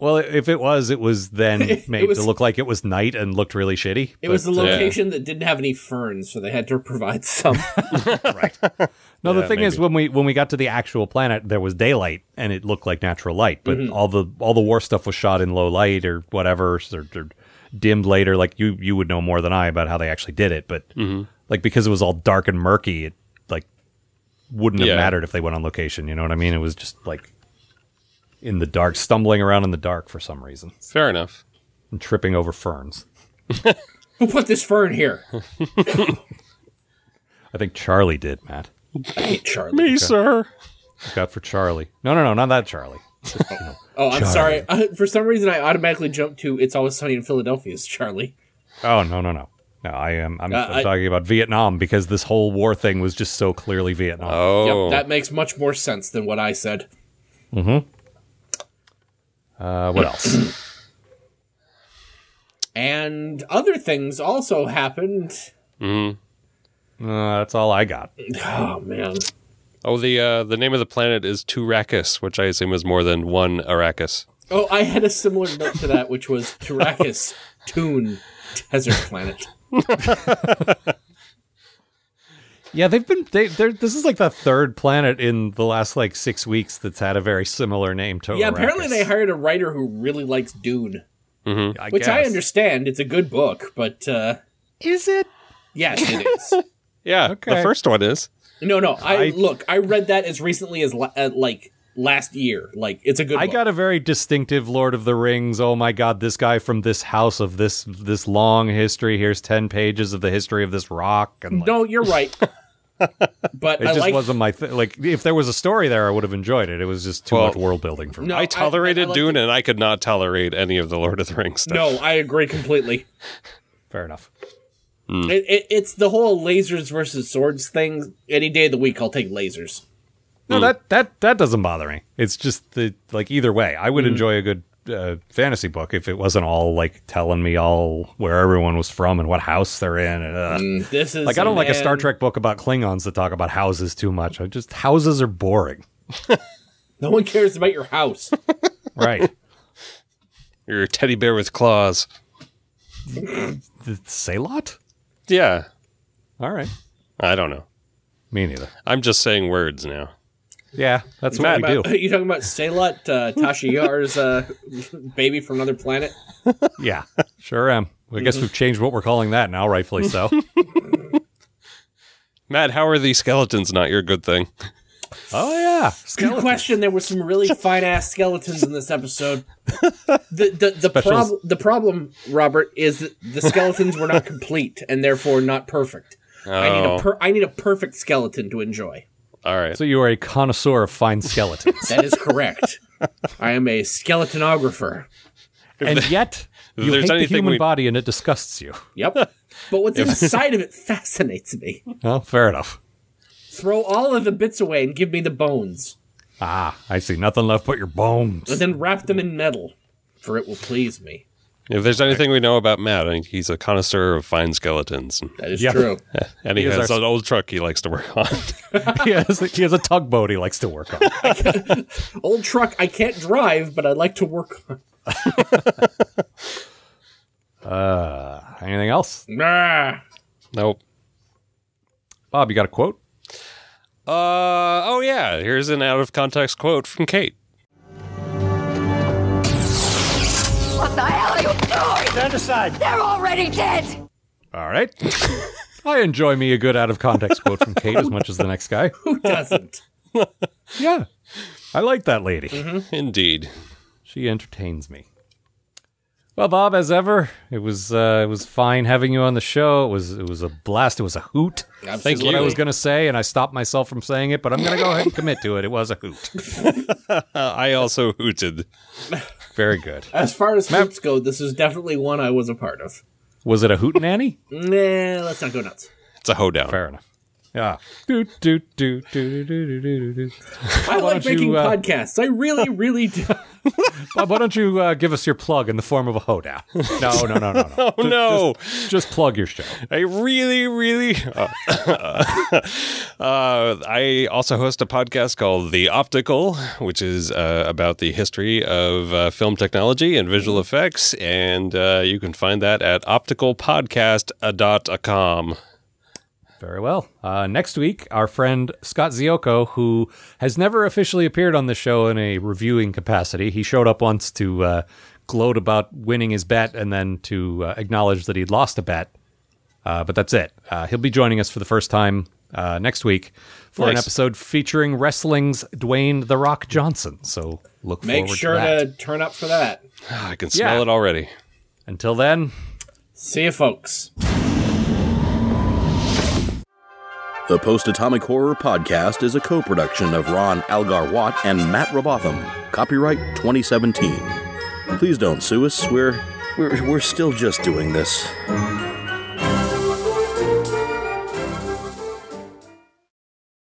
[SPEAKER 5] Well, if it was, it
[SPEAKER 6] <laughs>
[SPEAKER 5] was then made
[SPEAKER 6] was-
[SPEAKER 5] to look like it was night and looked really shitty.
[SPEAKER 6] It was the
[SPEAKER 5] But, uh,
[SPEAKER 6] location that didn't have any ferns, so they had to provide <laughs> some.
[SPEAKER 5] No, the
[SPEAKER 7] Yeah,
[SPEAKER 5] thing is
[SPEAKER 7] maybe.
[SPEAKER 5] when we when we got to the actual planet, there was daylight and it looked like natural light, but
[SPEAKER 6] Mm-hmm.
[SPEAKER 5] all the all the war stuff was shot in low light or whatever, or, or dimmed later. Like you you would know more than I about how they actually did it, but
[SPEAKER 6] Mm-hmm.
[SPEAKER 5] like because it was all dark and murky, it like wouldn't
[SPEAKER 7] Yeah.
[SPEAKER 5] have mattered if they went on location. You know what I mean? It was just like in the dark, stumbling around in the dark for some reason,
[SPEAKER 7] Fair enough.
[SPEAKER 5] and tripping over ferns.
[SPEAKER 6] Who put this fern here?
[SPEAKER 5] I think Charlie did, Matt.
[SPEAKER 6] I hate Charlie.
[SPEAKER 7] Me, sir.
[SPEAKER 5] Look out for Charlie. No, no, no, not that Charlie.
[SPEAKER 6] Oh, I'm sorry. Uh, for some reason, I automatically jumped to "It's Always Sunny in Philadelphia." Is Charlie?
[SPEAKER 5] Oh no, no, no. No, I am. I'm,
[SPEAKER 6] Uh,
[SPEAKER 5] I'm
[SPEAKER 6] I-
[SPEAKER 5] talking about Vietnam because this whole war thing was just so clearly Vietnam.
[SPEAKER 7] Oh,
[SPEAKER 6] Yep, that makes much more sense than what I said. Oh.
[SPEAKER 5] Uh,
[SPEAKER 6] <clears throat>
[SPEAKER 5] what else?
[SPEAKER 6] And other things also happened.
[SPEAKER 5] uh, that's all I got.
[SPEAKER 6] Oh man,
[SPEAKER 7] oh, the uh, the name of the planet is Turakus, which I assume is more than one Arrakis.
[SPEAKER 6] Oh, I had a similar note to that, which was Tarakas Toon Desert Planet.
[SPEAKER 5] Yeah, they've been. They, they're, this is like the third planet in the last like six weeks that's had a very similar name to.
[SPEAKER 6] Yeah, apparently
[SPEAKER 5] Arrakis.
[SPEAKER 6] they hired a writer who really likes Dune,
[SPEAKER 5] I
[SPEAKER 6] which I
[SPEAKER 5] guess.
[SPEAKER 6] understand. It's a good book, but uh,
[SPEAKER 5] Is it?
[SPEAKER 6] yes, it is.
[SPEAKER 7] Yeah,
[SPEAKER 5] Okay.
[SPEAKER 7] the first one is.
[SPEAKER 6] No, no. I,
[SPEAKER 5] I-
[SPEAKER 6] look. I read that as recently as la- uh, like last year. Like it's a good.
[SPEAKER 5] I
[SPEAKER 6] book.
[SPEAKER 5] got a very distinctive Lord of the Rings. Oh my God, this guy from this house of this this long history. Here's ten pages of the history of this rock. And
[SPEAKER 6] <laughs>
[SPEAKER 5] like,
[SPEAKER 6] No, you're
[SPEAKER 5] <laughs>
[SPEAKER 6] right. but <laughs>
[SPEAKER 5] it
[SPEAKER 6] I
[SPEAKER 5] just
[SPEAKER 6] like.
[SPEAKER 5] wasn't my thing. Like if there was a story there, I would have enjoyed it. It was just too
[SPEAKER 7] Well-
[SPEAKER 5] much world building for me.
[SPEAKER 6] No, I- I
[SPEAKER 7] I tolerated
[SPEAKER 6] like
[SPEAKER 7] Dune, and I could not tolerate any of the Lord of the Rings stuff.
[SPEAKER 6] No, I agree completely.
[SPEAKER 5] Fair enough.
[SPEAKER 6] It, it, it's the whole lasers versus swords thing. Any day of the week, I'll take lasers. Mm.
[SPEAKER 5] No, that that that doesn't bother me. It's just the like either way, I
[SPEAKER 6] Mm.
[SPEAKER 5] would enjoy a good uh, fantasy book if it wasn't all like telling me all where everyone was from and what house they're in. And, uh,
[SPEAKER 6] This is
[SPEAKER 5] Like I don't like a Star
[SPEAKER 6] man-
[SPEAKER 5] Trek book about Klingons that talk about houses too much. I just houses are boring.
[SPEAKER 6] <laughs> No one cares about your house. <laughs>
[SPEAKER 5] Right.
[SPEAKER 7] You're a teddy bear with claws.
[SPEAKER 5] The Ceylot?
[SPEAKER 7] Yeah,
[SPEAKER 5] All right.
[SPEAKER 7] I don't know.
[SPEAKER 5] Me neither.
[SPEAKER 7] I'm just saying words now.
[SPEAKER 5] Yeah, that's what we
[SPEAKER 6] <laughs>
[SPEAKER 5] do.
[SPEAKER 6] you talking about Salat uh, Tasha Yar's uh, <laughs> baby from another planet? <laughs>
[SPEAKER 5] Yeah, sure am. I
[SPEAKER 6] Mm-hmm.
[SPEAKER 5] guess we've changed what we're calling that now,
[SPEAKER 6] <laughs>
[SPEAKER 5] rightfully so.
[SPEAKER 7] Matt, how are the skeletons not your good thing? <laughs>
[SPEAKER 5] oh yeah,
[SPEAKER 6] Good question. There were some really fine ass skeletons in this episode. The the the, prob- the problem, Robert, is that the skeletons were not complete and therefore not perfect. I need a
[SPEAKER 7] Oh.
[SPEAKER 6] per- I need a perfect skeleton to enjoy.
[SPEAKER 7] All right.
[SPEAKER 5] So you are a connoisseur of fine
[SPEAKER 7] <laughs>
[SPEAKER 5] skeletons,
[SPEAKER 6] That is correct. I am a skeletonographer.
[SPEAKER 5] and yet you
[SPEAKER 7] there's
[SPEAKER 5] hate the
[SPEAKER 7] anything
[SPEAKER 5] human
[SPEAKER 7] we-
[SPEAKER 5] body, and it disgusts you.
[SPEAKER 6] Yep. But what's inside of it fascinates me.
[SPEAKER 5] Well, fair enough.
[SPEAKER 6] Throw all of the bits away and give me the bones.
[SPEAKER 5] Ah, I see nothing left but your
[SPEAKER 6] but <laughs>
[SPEAKER 5] bones.
[SPEAKER 6] then wrap them in metal, for it will please me.
[SPEAKER 7] If there's anything we know about Matt, I mean, he's a connoisseur of fine skeletons, eh,
[SPEAKER 6] That is
[SPEAKER 5] Yeah.
[SPEAKER 6] true.
[SPEAKER 7] and he,
[SPEAKER 5] He is
[SPEAKER 7] has
[SPEAKER 5] our-
[SPEAKER 7] an old truck he likes to work <laughs> on.
[SPEAKER 5] he, has, he has a tugboat he likes to
[SPEAKER 7] <laughs>
[SPEAKER 5] work on.
[SPEAKER 6] Old truck, I can't drive, but I like to work on.
[SPEAKER 5] Anything else,
[SPEAKER 6] Ah.
[SPEAKER 7] nope.
[SPEAKER 5] Bob? You got a quote?
[SPEAKER 7] Uh oh yeah. Here's an out of context quote from Kate.
[SPEAKER 1] What the hell are you doing? Stand aside. They're already dead.
[SPEAKER 5] All right. I enjoy me a good out of context quote from Kate as much as the next
[SPEAKER 7] <laughs>
[SPEAKER 5] guy.
[SPEAKER 6] Who doesn't?
[SPEAKER 5] Yeah, I like that lady.
[SPEAKER 7] Indeed.
[SPEAKER 5] She entertains me. Well, Bob, as ever, it was uh, it was fine having you on the show. It was it was a blast. It was a hoot.
[SPEAKER 6] Thank
[SPEAKER 5] Is what I was going to say, and I stopped myself from saying it, but I'm going to go ahead and commit to it. It was a hoot.
[SPEAKER 7] Uh, I also hooted.
[SPEAKER 5] Very good.
[SPEAKER 6] <laughs> As far as hoots go, this is definitely one I was a part of.
[SPEAKER 5] Was it a hoot nanny?
[SPEAKER 6] Nah, let's not go nuts.
[SPEAKER 7] It's a hoedown.
[SPEAKER 5] Fair enough. Yeah. Do, do, do, do, do, do, do, do, do.
[SPEAKER 6] I like
[SPEAKER 5] don't you,
[SPEAKER 6] making
[SPEAKER 5] uh,
[SPEAKER 6] podcasts. I really, really
[SPEAKER 5] <laughs>
[SPEAKER 6] do.
[SPEAKER 5] Bob, why don't you uh, give us your plug in the form of a hoedown? No, no, no, no, no.
[SPEAKER 6] <laughs>
[SPEAKER 7] Oh no!
[SPEAKER 5] Just, just plug your show.
[SPEAKER 7] I really, really. uh, <laughs> uh, I also host a podcast called The Optical, which is uh, about the history of uh, film technology and
[SPEAKER 5] Mm.
[SPEAKER 7] visual effects, and uh, you can find that at opticalpodcast.com.
[SPEAKER 5] Very well. Uh, next week, our friend Scott Zioko, who has never officially appeared on the show in a reviewing capacity, he showed up once to uh, gloat about winning his bet and then to uh, acknowledge that he'd lost a bet. Uh, but that's it. Uh, he'll be joining us for the first time uh, next week for an
[SPEAKER 7] Nice.
[SPEAKER 5] episode featuring wrestling's Dwayne The Rock Johnson. So look
[SPEAKER 6] Make
[SPEAKER 5] forward
[SPEAKER 6] sure
[SPEAKER 5] to that.
[SPEAKER 6] to turn up for that.
[SPEAKER 7] Ah, I can smell
[SPEAKER 5] Yeah.
[SPEAKER 7] it already.
[SPEAKER 5] Until then,
[SPEAKER 6] See you, folks.
[SPEAKER 4] The Post Atomic Horror Podcast is a co production of Ron Algar Watt and Matt Robotham. Copyright 2017. Please don't sue us. We're, we're, we're still just doing this.